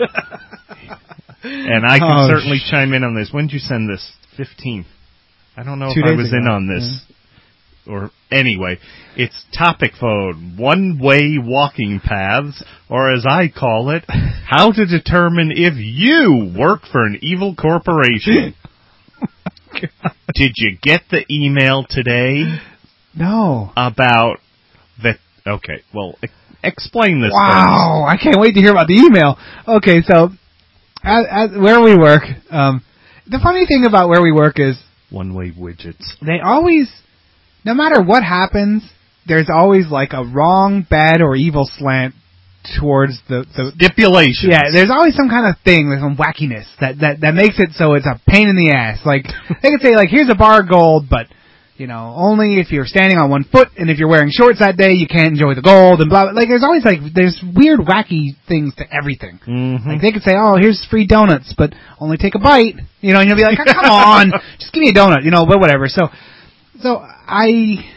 O: and I can
N: Oh,
O: certainly
N: sh-
O: chime in on this. When did you send this? Fifteenth. I don't know
N: Two
O: if I
N: days
O: was in
N: ago,
O: on this. Or anyway, it's topic phone, one-way walking paths, or as I call it, how to determine if you work for an evil corporation. Did you get the email today?
N: No.
O: About the okay. Well, e- explain this.
N: Wow, I can't wait to hear about the email. Okay, so at, at where we work, um, the funny thing about where we work is
O: One-way widgets.
N: they always, no matter what happens, there's always like a wrong, bad, or evil slant towards the, the
O: stipulations.
N: Yeah, there's always some kind of thing, there's some wackiness that, that that makes it so it's a pain in the ass. Like they could say like, here's a bar of gold, but you know, only if you're standing on one foot and if you're wearing shorts that day, you can't enjoy the gold and blah. blah. Like there's always like there's weird, wacky things to everything.
O: Mm-hmm.
N: Like they could say, oh, here's free donuts, but only take a bite. You know, and you'll be like, "Oh, come on, just give me a donut. You know, but whatever. So, so I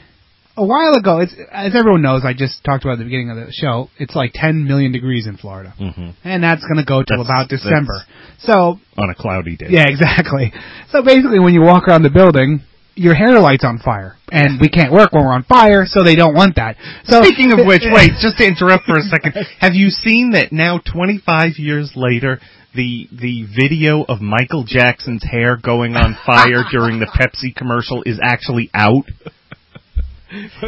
N: a while ago, it's as everyone knows, I just talked about at the beginning of the show. It's like 10 million degrees in Florida,
O: Mhm.
N: and that's going to go till
O: That's-
N: about December. So
O: on a cloudy day.
N: yeah, exactly. So basically, when you walk around the building, your hair light's on fire, and we can't work when we're on fire, so they don't want that. So
O: Speaking of which, wait, just to interrupt for a second, have you seen that now, 25 years later, the the video of Michael Jackson's hair going on fire during the Pepsi commercial is actually out?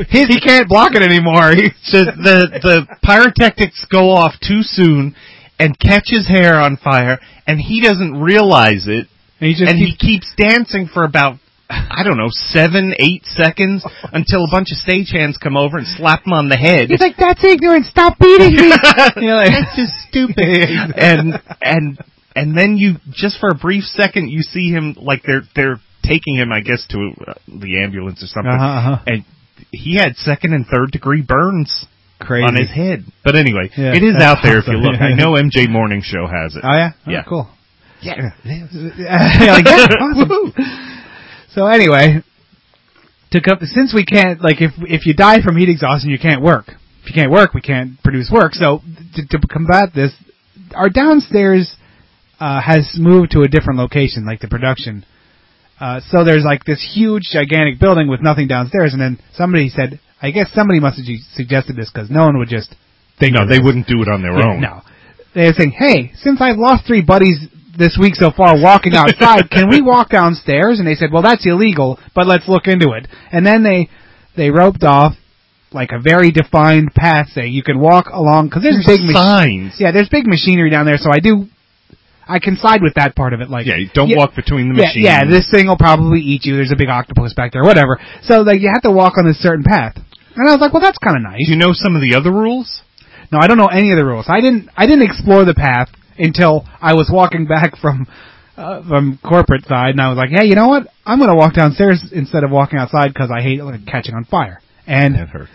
N: he can't block it anymore.
O: so the the pyrotechnics go off too soon and catch his hair on fire, and he doesn't realize it,
N: and he,
O: and he keeps dancing for about. I don't know, seven, eight seconds until a bunch of stagehands come over and slap him on the head.
N: He's like, "That's ignorant. Stop beating me." You know, like-
O: That's just stupid. and and and then you just for a brief second you see him like they're they're taking him I guess to uh, the ambulance or something.
N: Uh-huh, uh-huh.
O: And he had second and third degree burns
N: Crazy.
O: on his head. But anyway,
N: Yeah,
O: it is
N: that's
O: out there if you
N: awesome.
O: look.
N: Yeah.
O: I know MJ Morning Show has it.
N: Oh yeah, Oh,
O: Yeah.
N: cool.
O: Yeah.
N: Like, yeah, awesome. So anyway, to co- since we can't like if if you die from heat exhaustion, you can't work. If you can't work, we can't produce work. So to, to combat this, our downstairs uh, has moved to a different location, like the production. Uh, so there's like this huge, gigantic building with nothing downstairs, and then somebody said, I guess somebody must have ju- suggested this because no one would just think.
O: no,
N: of
O: they
N: this.
O: wouldn't do it on their
N: Yeah,
O: own.
N: No. They're saying, hey, since I've lost three buddies this week so far walking outside, can we walk downstairs? And they said, well, that's illegal, but let's look into it. And then they, they roped off like a very defined path saying you can walk along because there's,
O: There's
N: big mach-
O: signs.
N: Yeah, there's big machinery down there, so I do, I can side with that part of it. Like,
O: Yeah, you don't
N: Yeah.
O: walk between the
N: yeah,
O: machines.
N: Yeah, this thing will probably eat you. There's a big octopus back there, whatever. So like you have to walk on this certain path. And I was like, well, that's kind of nice.
O: Do you know some of the other rules?
N: No, I don't know any of the rules. I didn't. I didn't explore the path until I was walking back from uh, from corporate side, and I was like, "Hey, you know what? I'm going to walk downstairs instead of walking outside because I hate like, catching on fire." And
O: That hurts.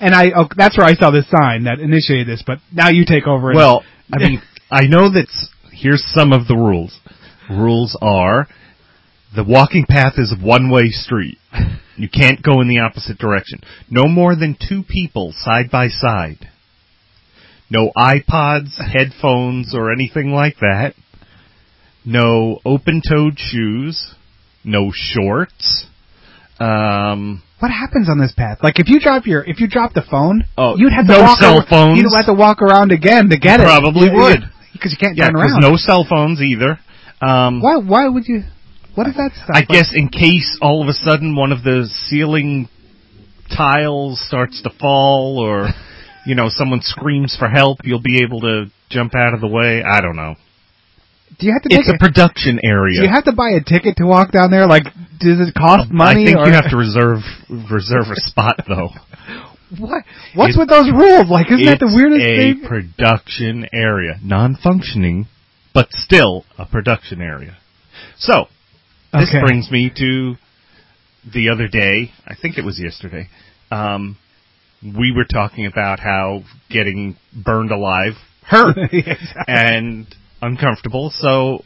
N: and I oh, that's where I saw this sign that initiated this. But now you take over. And
O: Well, I mean, I know that s- here's some of the rules. Rules are the walking path is a one-way street. You can't go in the opposite direction. No more than two people side by side. No iPods, headphones, or anything like that. No open-toed shoes. No shorts. Um,
N: what happens on this path? Like if you drop your if you drop the phone,
O: Oh,
N: you'd have
O: no
N: to walk
O: cell
N: ar-
O: phones.
N: You'd have to walk around again to get
O: You
N: it.
O: probably would.
N: because you can't
O: yeah,
N: turn
O: 'cause
N: around.
O: no cell phones either. Um,
N: why why would you? What is that stuff?
O: I
N: Like-
O: guess in case all of a sudden one of the ceiling tiles starts to fall or you know someone screams for help, you'll be able to jump out of the way. I don't know.
N: do you have to take
O: It's a
N: it?
O: production area.
N: Do you have to buy a ticket to walk down there? Like, does it cost money?
O: I think
N: or
O: you have to reserve reserve a spot though.
N: What? What's
O: It-
N: with those rules? Like, isn't that the
O: It's
N: weirdest
O: a
N: thing?
O: production area, non-functioning, but still a production area. So this
N: Okay.
O: brings me to the other day. I think it was yesterday. Um, we were talking about how getting burned alive hurt and uncomfortable. So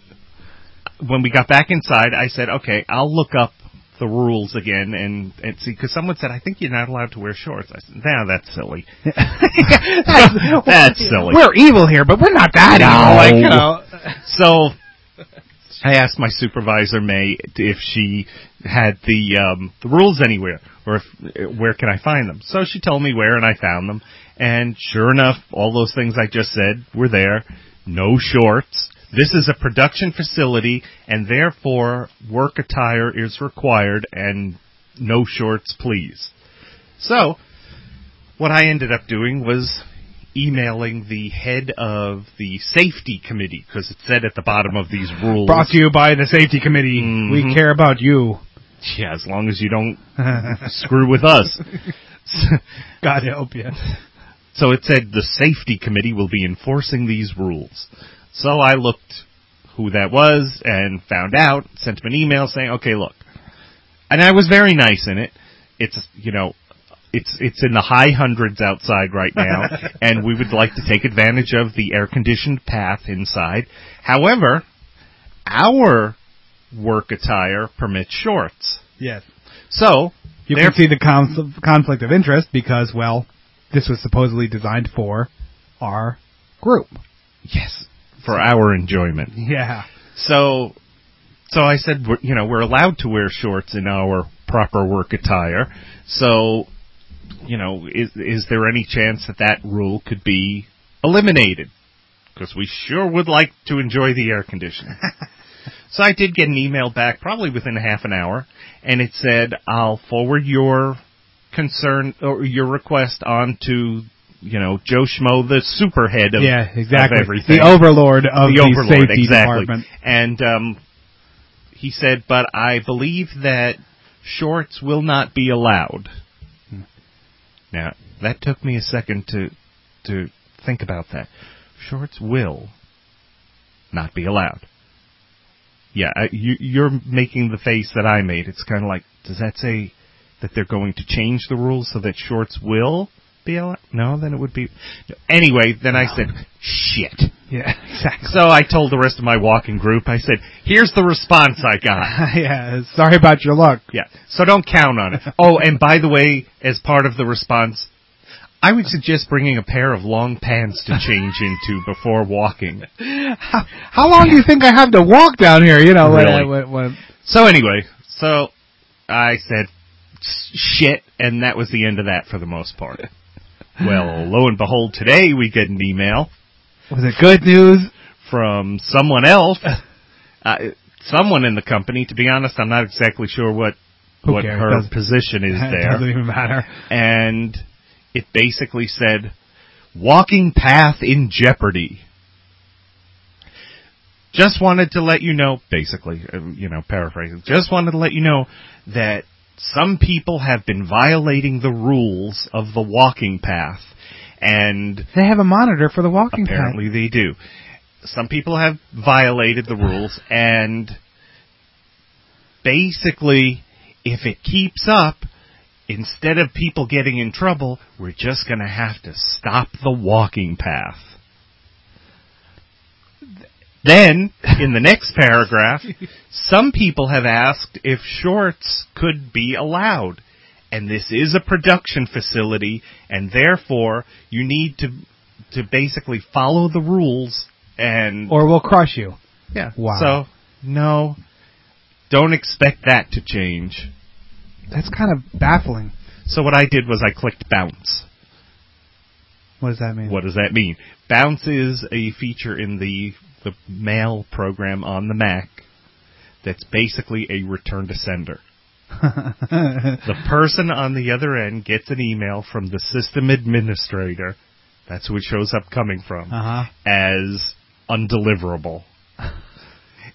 O: when we got back inside, I said, "Okay, I'll look up the rules again and and see." Because someone said, "I think you're not allowed to wear shorts." I said, "No, that's silly.
N: that's,
O: that's silly.
N: We're evil here, but we're not that evil. Like, you know.
O: so I asked my supervisor May if she had the um, the rules anywhere, or if where can I find them. So she told me where, and I found them. And sure enough, all those things I just said were there. No shorts. This is a production facility, and therefore work attire is required, and no shorts, please. So, what I ended up doing was emailing the head of the safety committee because it said at the bottom of these rules.
N: Brought to you by the safety committee.
O: Mhm.
N: We care about you.
O: Yeah, as long as you don't screw with us.
N: God help you.
O: So it said the safety committee will be enforcing these rules. So I looked who that was and found out, sent him an email saying, okay, look. And I was very nice in it. It's, you know, it's, it's in the high hundreds outside right now, and we would like to take advantage of the air conditioned path inside. However, our work attire permits shorts.
N: Yes.
O: So,
N: You
O: there-
N: can see the conf- conflict of interest because, well, this was supposedly designed for our group.
O: Yes. for our enjoyment.
N: Yeah.
O: So, so I said, we're, you know, we're allowed to wear shorts in our proper work attire. So, you know, is is there any chance that that rule could be eliminated? Because we sure would like to enjoy the air conditioning. so I did get an email back, probably within a half an hour, and it said, "I'll forward your concern or your request on to." You know, Joe Schmo, the superhead of,
N: Yeah,
O: of
N: exactly.
O: everything.
N: The overlord of the
O: overlord,
N: safety
O: exactly.
N: department.
O: And um, he said, but I believe that shorts will not be allowed. Now that took me a second to to think about that. Shorts will not be allowed. Yeah, I- you, you're making the face that I made. It's kind of like, does that say that they're going to change the rules so that shorts will be allowed? No, then it would be. Anyway, then I said, shit.
N: Yeah, exactly.
O: So I told the rest of my walking group, I said, here's the response I got.
N: yeah. Sorry about your luck.
O: Yeah. So don't count on it. Oh, and by the way, as part of the response, I would suggest bringing a pair of long pants to change into before walking.
N: How long do you think I have to walk down here? You know, when I-
O: Really?
N: when- when-
O: So anyway, so I said "S- shit, and that was the end of that for the most part. well, lo and behold, today we get an email.
N: Was it good news?
O: From someone else, uh, someone in the company. To be honest, I'm not exactly sure what
N: Who
O: what
N: cares?
O: her
N: Doesn't-
O: position is
N: It
O: there.
N: doesn't even matter.
O: And it basically said, "Walking path in jeopardy." just wanted to let you know, basically, uh, you know, paraphrasing, just wanted to let you know that some people have been violating the rules of the walking path, and
N: they have a monitor for the walking path.
O: apparently they do. Some people have violated the rules, and basically, if it keeps up, instead of people getting in trouble, we're just going to have to stop the walking path. Then, in the next paragraph, some people have asked if shorts could be allowed. And this is a production facility, and therefore you need to to basically follow the rules and
N: Or we'll crush you.
O: yeah.
N: Wow.
O: So no, don't expect that to change.
N: That's kind of baffling.
O: So what I did was I clicked bounce.
N: What does that mean?
O: What does that mean? Bounce is a feature in the the mail program on the Mac that's basically a return to sender.
N: Uh-huh.
O: the person on the other end gets an email from the system administrator. That's who it shows up coming from
N: Uh-huh.
O: as undeliverable.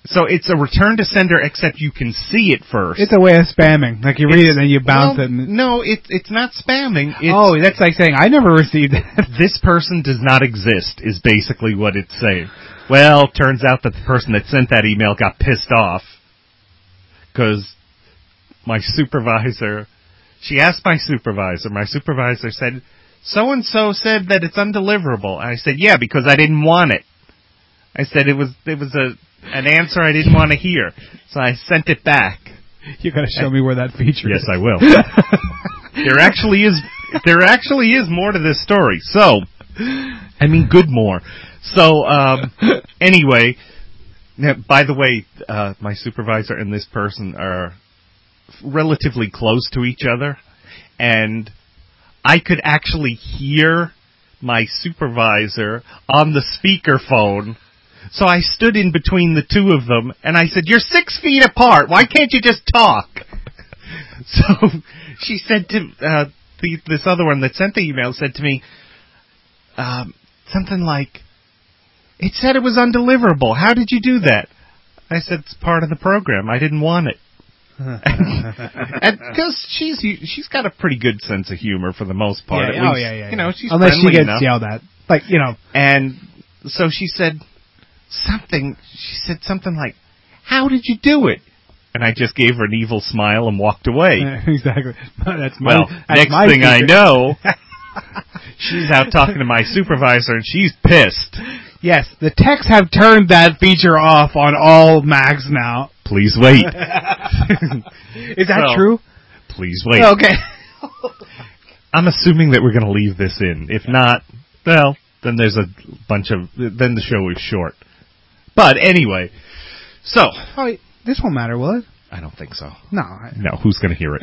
O: so it's a return to sender, except you can see it first.
N: It's a way of spamming. Like you read it and you bounce
O: Well,
N: it. And,
O: No, it's it's not spamming. It's,
N: oh, that's like saying I never received that.
O: this person does not exist is basically what it's saying. Well, turns out that the person that sent that email got pissed off because my supervisor She asked my supervisor. My supervisor said, so and so said that it's undeliverable. I said, yeah, because I didn't want it. I said it was, it was a, an answer I didn't want to hear. So I sent it back.
N: You gotta show me where that feature
O: Yes,
N: is.
O: I will. there actually is, there actually is more to this story. So, I mean, good more. So, um, anyway, now, by the way, uh, my supervisor and this person are relatively close to each other, and I could actually hear my supervisor on the speakerphone. So I stood in between the two of them, and I said, "You're six feet apart. Why can't you just talk?" So she said to uh, the, this other one that sent the email said to me um, something like, "It said it was undeliverable. How did you do that?" I said, "It's part of the program. I didn't want it." Because she's she's got a pretty good sense of humor for the most part.
N: Yeah,
O: at
N: oh,
O: least,
N: yeah, yeah,
O: You know,
N: yeah.
O: she's
N: Unless she
O: friendly
N: gets
O: enough.
N: yelled at. Like, you know.
O: And so she said something. She said something like, "How did you do it?" And I just gave her an evil smile and walked away.
N: exactly. That's my,
O: well,
N: that's
O: next
N: my
O: thing I
N: feature.
O: know, she's out talking to my supervisor and she's pissed.
N: Yes, the techs have turned that feature off on all Macs now.
O: Please wait.
N: Is that
O: So,
N: true?
O: Please wait.
N: Okay.
O: I'm assuming that we're going to leave this in. If not, well, then there's a bunch of then the show is short. But anyway, so
N: Oh, wait, this won't matter, will it?
O: I don't think so.
N: No. I,
O: No, who's going to hear it?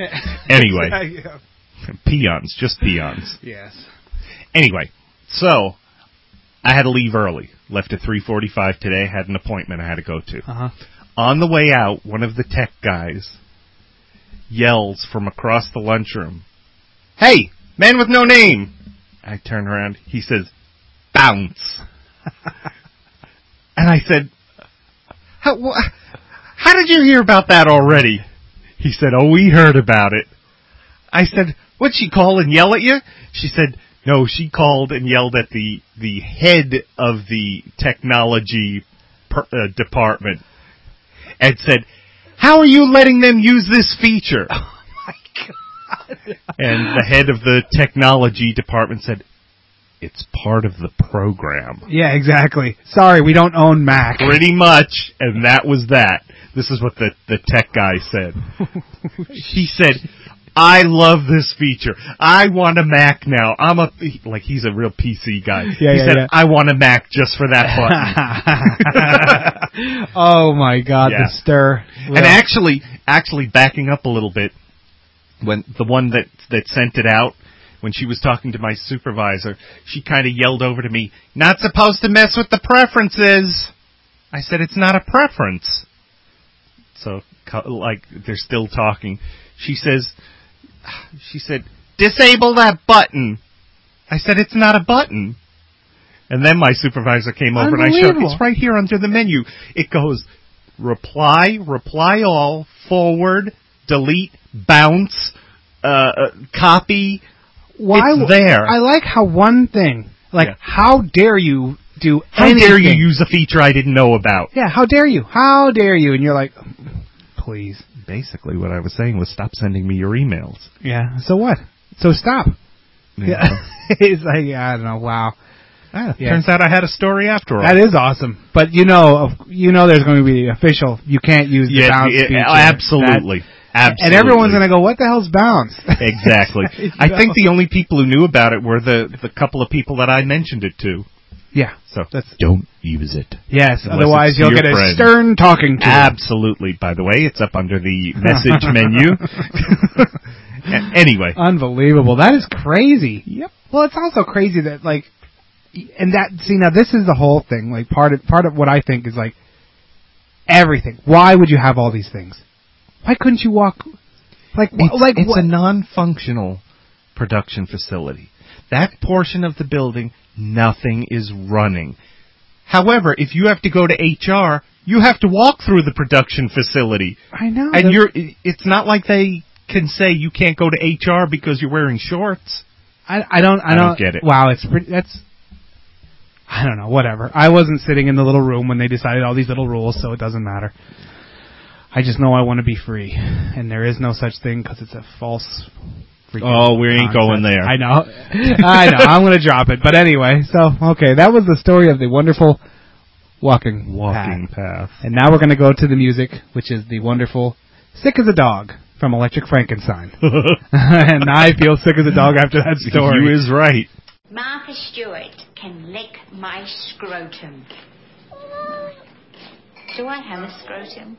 O: Anyway, peons, just peons.
N: yes.
O: Anyway, so I had to leave early. Left at 3:45 today. Had an appointment I had to go to.
N: Uh huh.
O: On the way out, one of the tech guys yells from across the lunchroom, Hey, man with no name! I turn around. He says, Bounce! and I said, how, wha how did you hear about that already? He said, Oh, we heard about it. I said, What'd she call and yell at you? She said, No, she called and yelled at the, the head of the technology per, uh, department and said, How are you letting them use this feature? Oh my God. And the head of the technology department said, It's part of the program.
N: Yeah, exactly. Sorry, we don't own Mac.
O: Pretty much, and that was that. This is what the, the tech guy said. he said, I love this feature. I want a Mac now. I'm a, like, he's a real PC guy.
N: Yeah,
O: he
N: yeah,
O: said,
N: yeah.
O: I want a Mac just for that button.
N: oh my god,
O: Yeah.
N: the stir.
O: And actually, actually backing up a little bit, when the one that that sent it out, when she was talking to my supervisor, she kind of yelled over to me, "Not supposed to mess with the preferences." I said, "It's not a preference." So, co- like, they're still talking. She says, "She said, disable that button." I said, "It's not a button." And then my supervisor came over and I showed
N: Unbelievable.
O: it's right here under the menu. It goes reply, reply all, forward, delete, bounce, uh, uh, copy.
N: why
O: it's
N: w-
O: there.
N: I like how one thing, like
O: Yeah.
N: how dare you do
O: How dare you
N: anything.
O: use a feature I didn't know about?
N: Yeah, how dare you? How dare you? And you're like, "Mm, please.
O: Basically, what I was saying was stop sending me your emails.
N: Yeah. So what? So stop. Yeah. it's like I don't know. Wow. Yeah.
O: Ah, Turns out I had a story after all.
N: That is awesome. But you know, of- you know, there's going to be the official. You can't use the
O: Yes,
N: bounce
O: yeah, oh, uh,
N: feature.
O: absolutely.
N: That-
O: Absolutely.
N: And everyone's going to go, "What the hell's bounce?"
O: Exactly.
N: You
O: I
N: know?
O: think the only people who knew about it were the, the couple of people that I mentioned it to.
N: yeah.
O: So
N: That's
O: don't use it.
N: yes.
O: Unless
N: Otherwise,
O: it's
N: you'll
O: your
N: get a
O: friend.
N: stern talking to.
O: Absolutely. By the way, it's up under the message menu. A- anyway,
N: Uh, Unbelievable. That is crazy.
O: Yep.
N: Well, it's also crazy that like, and that see now this is the whole thing. Like part of part of what I think is like everything. Why would you have all these things? Why couldn't you walk? Like wh-
O: it's,
N: like
O: it's
N: what?
O: a non-functional production facility. That portion of the building, nothing is running. However, if you have to go to HR, you have to walk through the production facility,
N: I know.
O: and
N: the-
O: you're. i- It's not like they can say you can't go to HR because you're wearing shorts.
N: I, I don't. I
O: I
N: don't,
O: don't get it.
N: Wow, it's pretty. That's. I don't know. Whatever. I wasn't sitting in the little room when they decided all these little rules, so it doesn't matter. I just know I want to be free, and there is no such thing because it's a false. freaking
O: Oh, we ain't
N: concept.
O: going there.
N: I know. I know. I'm going to drop it. But anyway, so okay, that was the story of the wonderful walking
O: Walking
N: path. And now we're going to go to the music, which is the wonderful "Sick as a Dog" from Electric Frankenstein. and I feel sick as a dog after that story.
O: You is right.
R: Martha Stewart can lick my scrotum. Do I have a scrotum?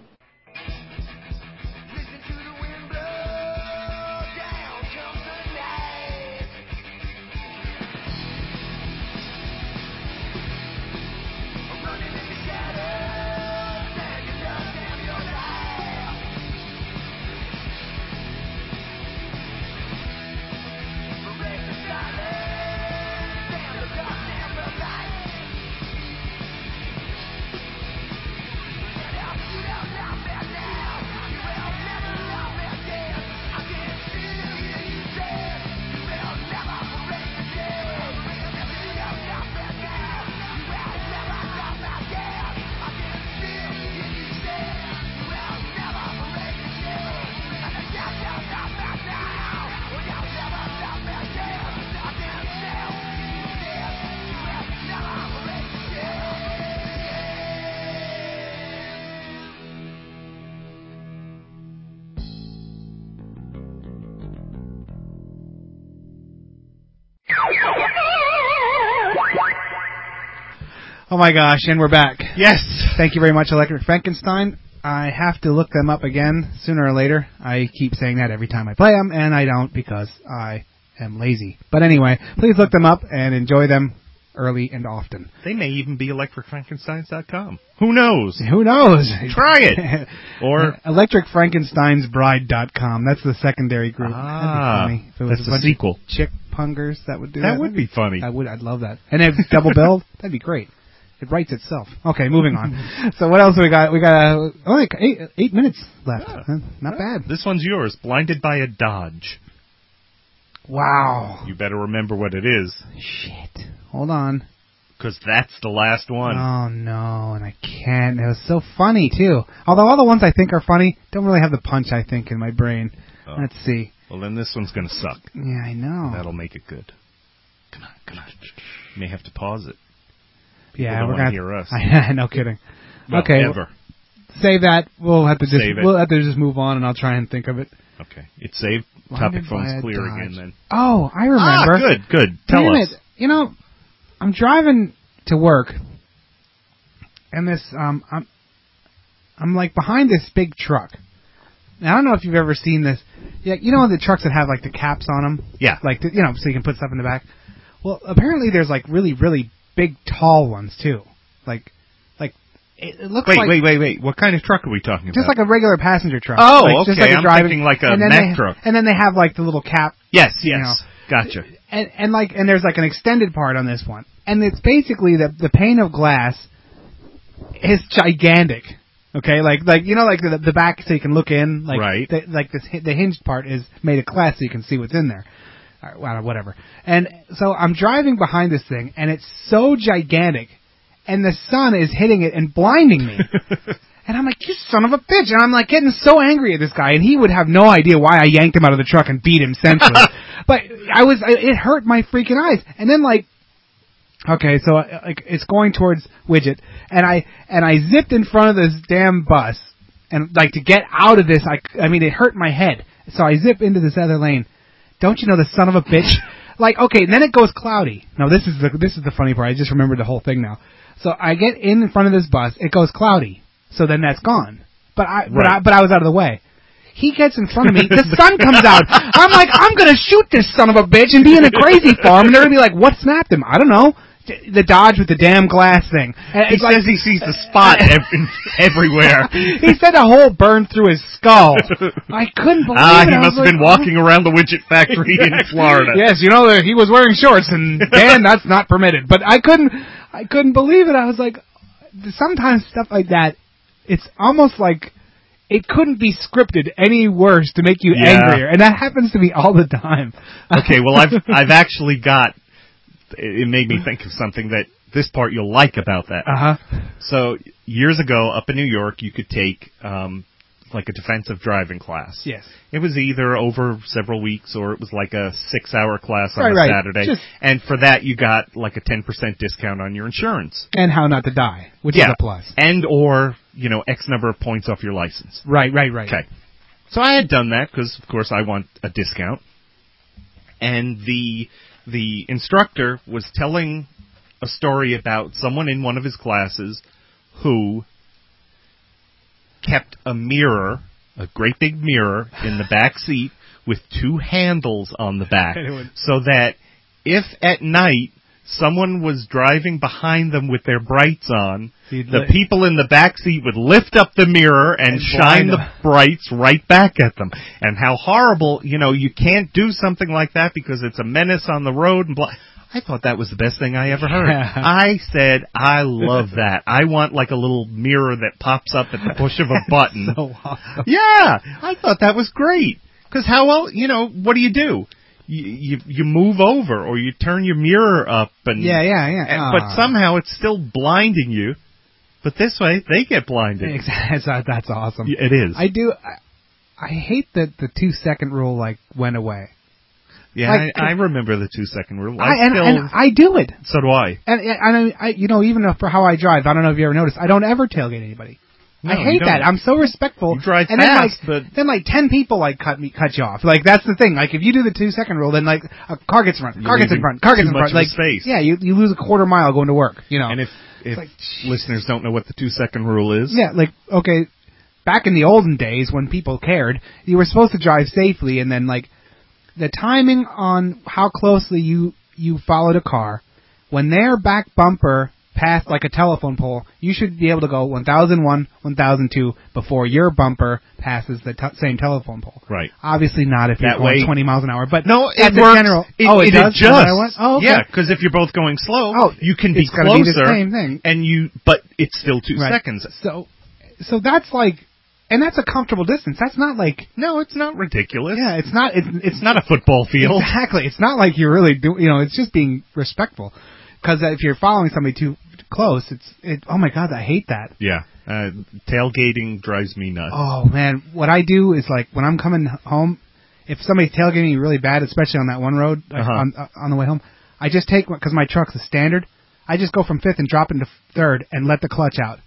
N: Oh my gosh, and we're back.
O: Yes.
N: Thank you very much, Electric Frankenstein. I have to look them up again sooner or later. I keep saying that every time I play them, and I don't because I am lazy. But anyway, please look them up and enjoy them early and often.
O: They may even be electricfrankensteins.com. Who knows?
N: Who knows? Uh,
O: Try it. Or
N: electricfrankensteinsbride.com. That's the secondary group.
O: Ah,
N: That'd be funny. If it was
O: that's a
N: a bunch of
O: sequel.
N: chick pungers that would do that.
O: That would be
N: That'd
O: funny.
N: I would. I'd love that. And if it's double billed, that'd be great. It writes itself. Okay, moving on. so what else we got? We got uh, only eight, eight minutes left. Huh, Not bad.
O: This one's yours. Blinded by a Dodge.
N: Wow.
O: You better remember what it is,
N: Shit. Hold on.
O: because that's the last one.
N: Oh no, and I can't. It was so funny too. Although all the ones I think are funny don't really have the punch I think in my brain. Let's see.
O: Well, then this one's gonna suck.
N: Yeah, I know.
O: Oh. That'll make it good. Come on, come on. You may have to pause it. People
N: yeah,
O: don't
N: we're
O: wanna
N: gonna
O: hear us.
N: I, no kidding.
O: Well,
N: okay.
O: ever.
N: Save that. We'll have to just
O: Save it.
N: we'll have to just move on, and I'll try and think of it.
O: Okay, it's saved.
N: Blinded
O: Topic
N: by
O: phone's
N: a
O: clear
N: Dodge.
O: again. Then.
N: Oh, I remember.
O: Ah, good, good. Tell
N: Damn
O: us.
N: It. You know, I'm driving to work, and this um, I'm I'm like behind this big truck. Now, I don't know if you've ever seen this. Yeah, you know the trucks that have like the caps on them.
O: Yeah.
N: Like the, you know, so you can put stuff in the back. Well, apparently there's like really, really big, tall ones too. Like, like it, it looks
O: Wait,
N: like
O: wait, wait, wait. What kind of truck are we talking
N: just
O: about?
N: like a regular passenger truck.
O: Oh,
N: like, Just
O: okay,
N: like
O: I'm
N: a
O: thinking
N: driving,
O: like a
N: and then
O: Mack
N: they-
O: truck.
N: And then they have like the little cap.
O: yes, yes.
N: you know.
O: Gotcha.
N: And, and like, and there's like an extended part on this one, and it's basically the the pane of glass is gigantic. Okay, like like you know like the the back so you can look in, like
O: Right.
N: the, like this hi- the hinged part is made of glass so you can see what's in there. All right, well, whatever. And so I'm driving behind this thing, and it's so gigantic, and the sun is hitting it and blinding me. And I'm like, you son of a bitch. And I'm like getting so angry at this guy, and he would have no idea why I yanked him out of the truck and beat him senseless. but I was, I- it hurt my freaking eyes. And then like, okay, so uh, like it's going towards Widget, and I and I zipped in front of this damn bus, and like to get out of this, I c- I mean it hurt my head. So I zip into this other lane. Don't you know the son of a bitch? like okay, then it goes cloudy. No, this is the this is the funny part. I just remembered the whole thing now. So I get in in front of this bus. It goes cloudy. So then that's gone. But I but I
O: Right.
N: but I was out of the way. He gets in front of me. The sun comes out. I'm like, I'm gonna shoot this son of a bitch and be in a crazy farm, and they're gonna be like, what snapped him? I don't know. The Dodge with the damn glass thing. And
O: He
N: it's like,
O: says he sees the spot ev- everywhere.
N: he said a hole burned through his skull. I couldn't believe
O: ah,
N: it.
O: he
N: I
O: must have
N: was Oh, like,
O: been walking around the widget factory in Florida.
N: Yes, you know that he was wearing shorts, and Dan, that's not permitted. But I couldn't, I couldn't believe it. I was like, sometimes stuff like that, it's almost like it couldn't be scripted any worse to make you
O: Yeah.
N: angrier, and that happens to me all the time.
O: Okay, well I've I've actually got. It it made me think of something that this part you'll like about that.
N: Uh huh.
O: So years ago, up in New York, you could take um, like a defensive driving class.
N: Yes.
O: It was either over several weeks or it was like a six hour class on
N: Right,
O: a
N: right.
O: Saturday.
N: Just-
O: and for that you got like a 10% discount on your insurance.
N: And how not to die, which
O: yeah.
N: is a plus.
O: And or, you know, X number of points off your license.
N: Right, right, right.
O: Okay. So I had done that because, of course, I want a discount. And the the instructor was telling a story about someone in one of his classes who kept a mirror, a great big mirror, in the back seat with two handles on the back,
N: It would-
O: so that if at night someone was driving behind them with their brights on,
N: You'd
O: the
N: li-
O: people in the back seat would lift up the mirror and,
N: And
O: shine
N: blind
O: the
N: them.
O: brights right back at them. And how horrible, you know, you can't do something like that because it's a menace on the road and blah. I thought that was the best thing I ever heard.
N: Yeah.
O: I said, I love that. I want like a little mirror that pops up at the push of a button.
N: So awesome.
O: Yeah, I thought that was great. Because how else, you know, what do you do? You, you you move over or you turn your mirror up and
N: Yeah, yeah, yeah.
O: and-
N: Ah.
O: but somehow it's still blinding you. But this way they get blinded.
N: Exactly. Ah. That's- uh, That's awesome.
O: Y- It is.
N: I do. I, I hate that the two second rule like went away.
O: yeah,
N: like-
O: I, I remember the two second rule. I,
N: I, and,
O: still
N: and I do it.
O: so do I.
N: And, and I, I, you know, even for how I drive, I don't know if you ever noticed, I don't ever tailgate anybody.
O: No,
N: I
O: you
N: hate
O: don't.
N: that. I'm so respectful.
O: You drive
N: and
O: fast,
N: then like, then like ten people like cut me, cut you off. Like that's the thing. Like if you do the two second rule, then like a car gets in front,
O: You're
N: car gets in
O: leaving
N: front, car gets
O: too
N: in
O: much of a
N: front. Like
O: space.
N: yeah, you you lose a quarter mile going to work. You know.
O: And if if
N: like,
O: listeners don't know what the two second rule is,
N: Yeah, like okay, back in the olden days when people cared, you were supposed to drive safely, and then like the timing on how closely you you followed a car, when their back bumper passed like a telephone pole, you should be able to go 1001, 1002 before your bumper passes the t- same telephone pole.
O: right.
N: Obviously not if you're
O: That
N: going
O: way-
N: 20 miles an hour, but
O: No,
N: that's
O: it
N: a
O: works.
N: general.
O: It,
N: oh, it,
O: it
N: does. Is that what I want?
O: adjusts.
N: Oh, okay.
O: Yeah, because if you're both going slow,
N: Oh,
O: you can be
N: it's gotta be the
O: closer.
N: same thing.
O: And you, but it's still two
N: Right.
O: seconds.
N: So, so that's like, and that's a comfortable distance. That's not like
O: No, it's not ridiculous.
N: Yeah, it's not. It's
O: It's not a football field.
N: Exactly. It's not like you're really doing. You know, it's just being respectful. Because if you're following somebody too close, it's. It, oh my god, I hate that.
O: Yeah, uh, tailgating drives me nuts.
N: Oh man, what I do is like when I'm coming home, if somebody's tailgating me really bad, especially on that one road like,
O: Uh-huh.
N: on uh, on the way home, I just take because my truck's a standard. I just go from fifth and drop into third and let the clutch out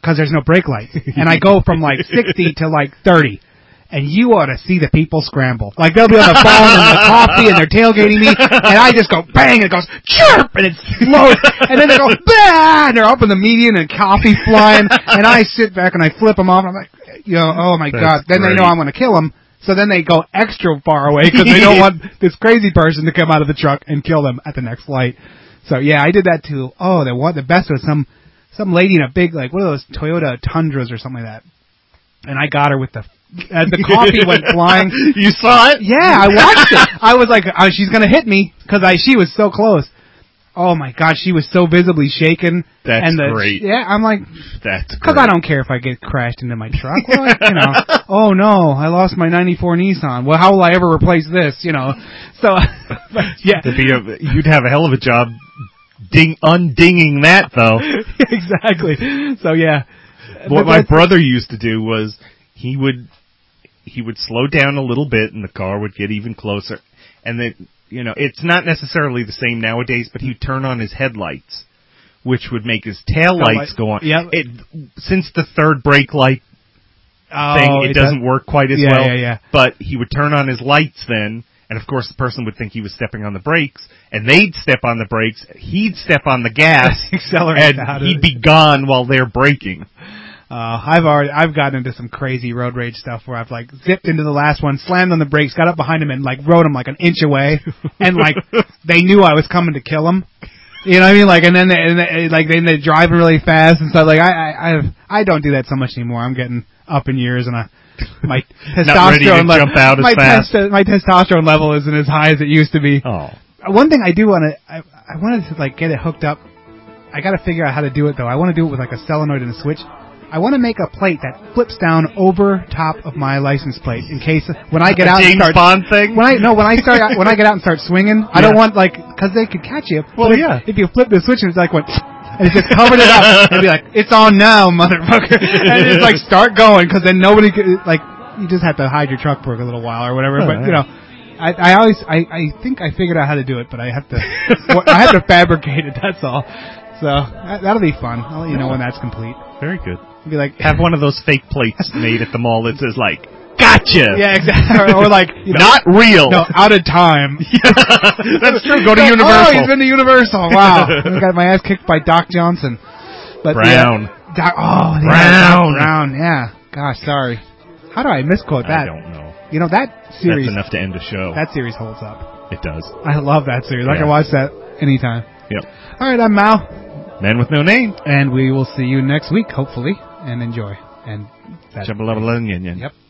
N: because there's no brake lights, and I go from like sixty to like thirty. And you ought to see the people scramble. Like they'll be on the phone and the coffee and they're tailgating me, and I just go bang and it goes chirp and it's slow, and then they go bah and they're up in the median and coffee flying, and I sit back and I flip them off. And I'm like, yo, oh my
O: That's
N: god! Then they know
O: great.
N: I'm going to kill them, so then they go extra far away because they don't want this crazy person to come out of the truck and kill them at the next light. So yeah, I did that too. Oh, the one the best was some some lady in a big like one of those Toyota Tundras or something like that, and I got her with the. And the coffee went flying.
O: You saw it?
N: Yeah, I watched it. I was like, oh, she's gonna hit me because I she was so close. Oh my god, she was so visibly shaken.
O: That's
N: and the,
O: great.
N: Yeah, I'm like,
O: That's
N: because
O: great.
N: I don't care if I get crashed into my truck. Well, you know, oh no, I lost my '94 Nissan. Well, how will I ever replace this? You know, so but, yeah,
O: That'd be a- you'd have a hell of a job ding undinging that though.
N: exactly. So yeah,
O: what
N: But
O: my
N: that's-
O: brother used to do was he would he would slow down a little bit and the car would get even closer and then you know it's not necessarily the same nowadays but he'd turn on his headlights which would make his tail
N: Taillight.
O: lights go on
N: Yep.
O: it since the third brake light thing
N: Oh,
O: it,
N: it
O: doesn't
N: does-
O: work quite as
N: Yeah,
O: well
N: yeah, yeah.
O: but he would turn on his lights then and of course the person would think he was stepping on the brakes and they'd step on the brakes he'd step on the gas
N: Accelerate out
O: and
N: of
O: he'd
N: it.
O: be gone while they're braking
N: Uh, I've already I've gotten into some crazy road rage stuff where I've like zipped into the last one, slammed on the brakes, got up behind him, and like rode him like an inch away, and like they knew I was coming to kill him. You know what I mean? Like, and then they, and they, like then they're driving really fast and stuff. Like, I I I've, I don't do that so much anymore. I'm getting up in years, and I my
O: Not ready to
N: testosterone level
O: jump out as
N: my,
O: fast.
N: testo- my testosterone level isn't as high as it used to be.
O: oh
N: Uh, One thing I do want to I I wanted to like get it hooked up I gotta figure out how to do it though. I wanna do it with like a solenoid and a switch. I wanna make a plate that flips down over top of my license plate in case when I get
O: The
N: out
O: James
N: and start
O: Bond thing?
N: When I no when I start out, when I get out and start swinging, I
O: Yeah.
N: don't want like because they could catch you.
O: Well,
N: But if-
O: yeah.
N: If you flip the switch and it's like went and just covered it up and be like, "It's on now, motherfucker," and just like start going because then nobody could, like you just have to hide your truck for a little while or whatever.
O: Oh,
N: but you
O: yeah.
N: know. I, I always I, I think I figured out how to do it, but I have to I have to fabricate it. That's all. So that, that'll be fun. I'll let you know when that's complete.
O: Very good.
N: Be like
O: Have one of those fake plates made at the mall that says like, "Gotcha."
N: Yeah, exactly. Or like you know-
O: not real.
N: No, out of time.
O: That's true. Go to
N: Like,
O: Universal.
N: Oh, he's been to Universal. Wow, I got my ass kicked by Doc Johnson. But
O: Brown.
N: yeah, Doc, oh, yeah,
O: Brown.
N: Doc Brown. Yeah. Gosh, sorry. How do I misquote
O: I
N: that?
O: don't know.
N: You know that series.
O: That's enough to end a show.
N: That series holds up.
O: it does.
N: I love that series. I
O: Yeah.
N: can watch that anytime.
O: Yep.
N: All right, I'm Mal.
O: Man with no name.
N: And we will see you next week, hopefully, and enjoy. And
O: Jabba-lubba-lubba-yin-yin.
N: Yep.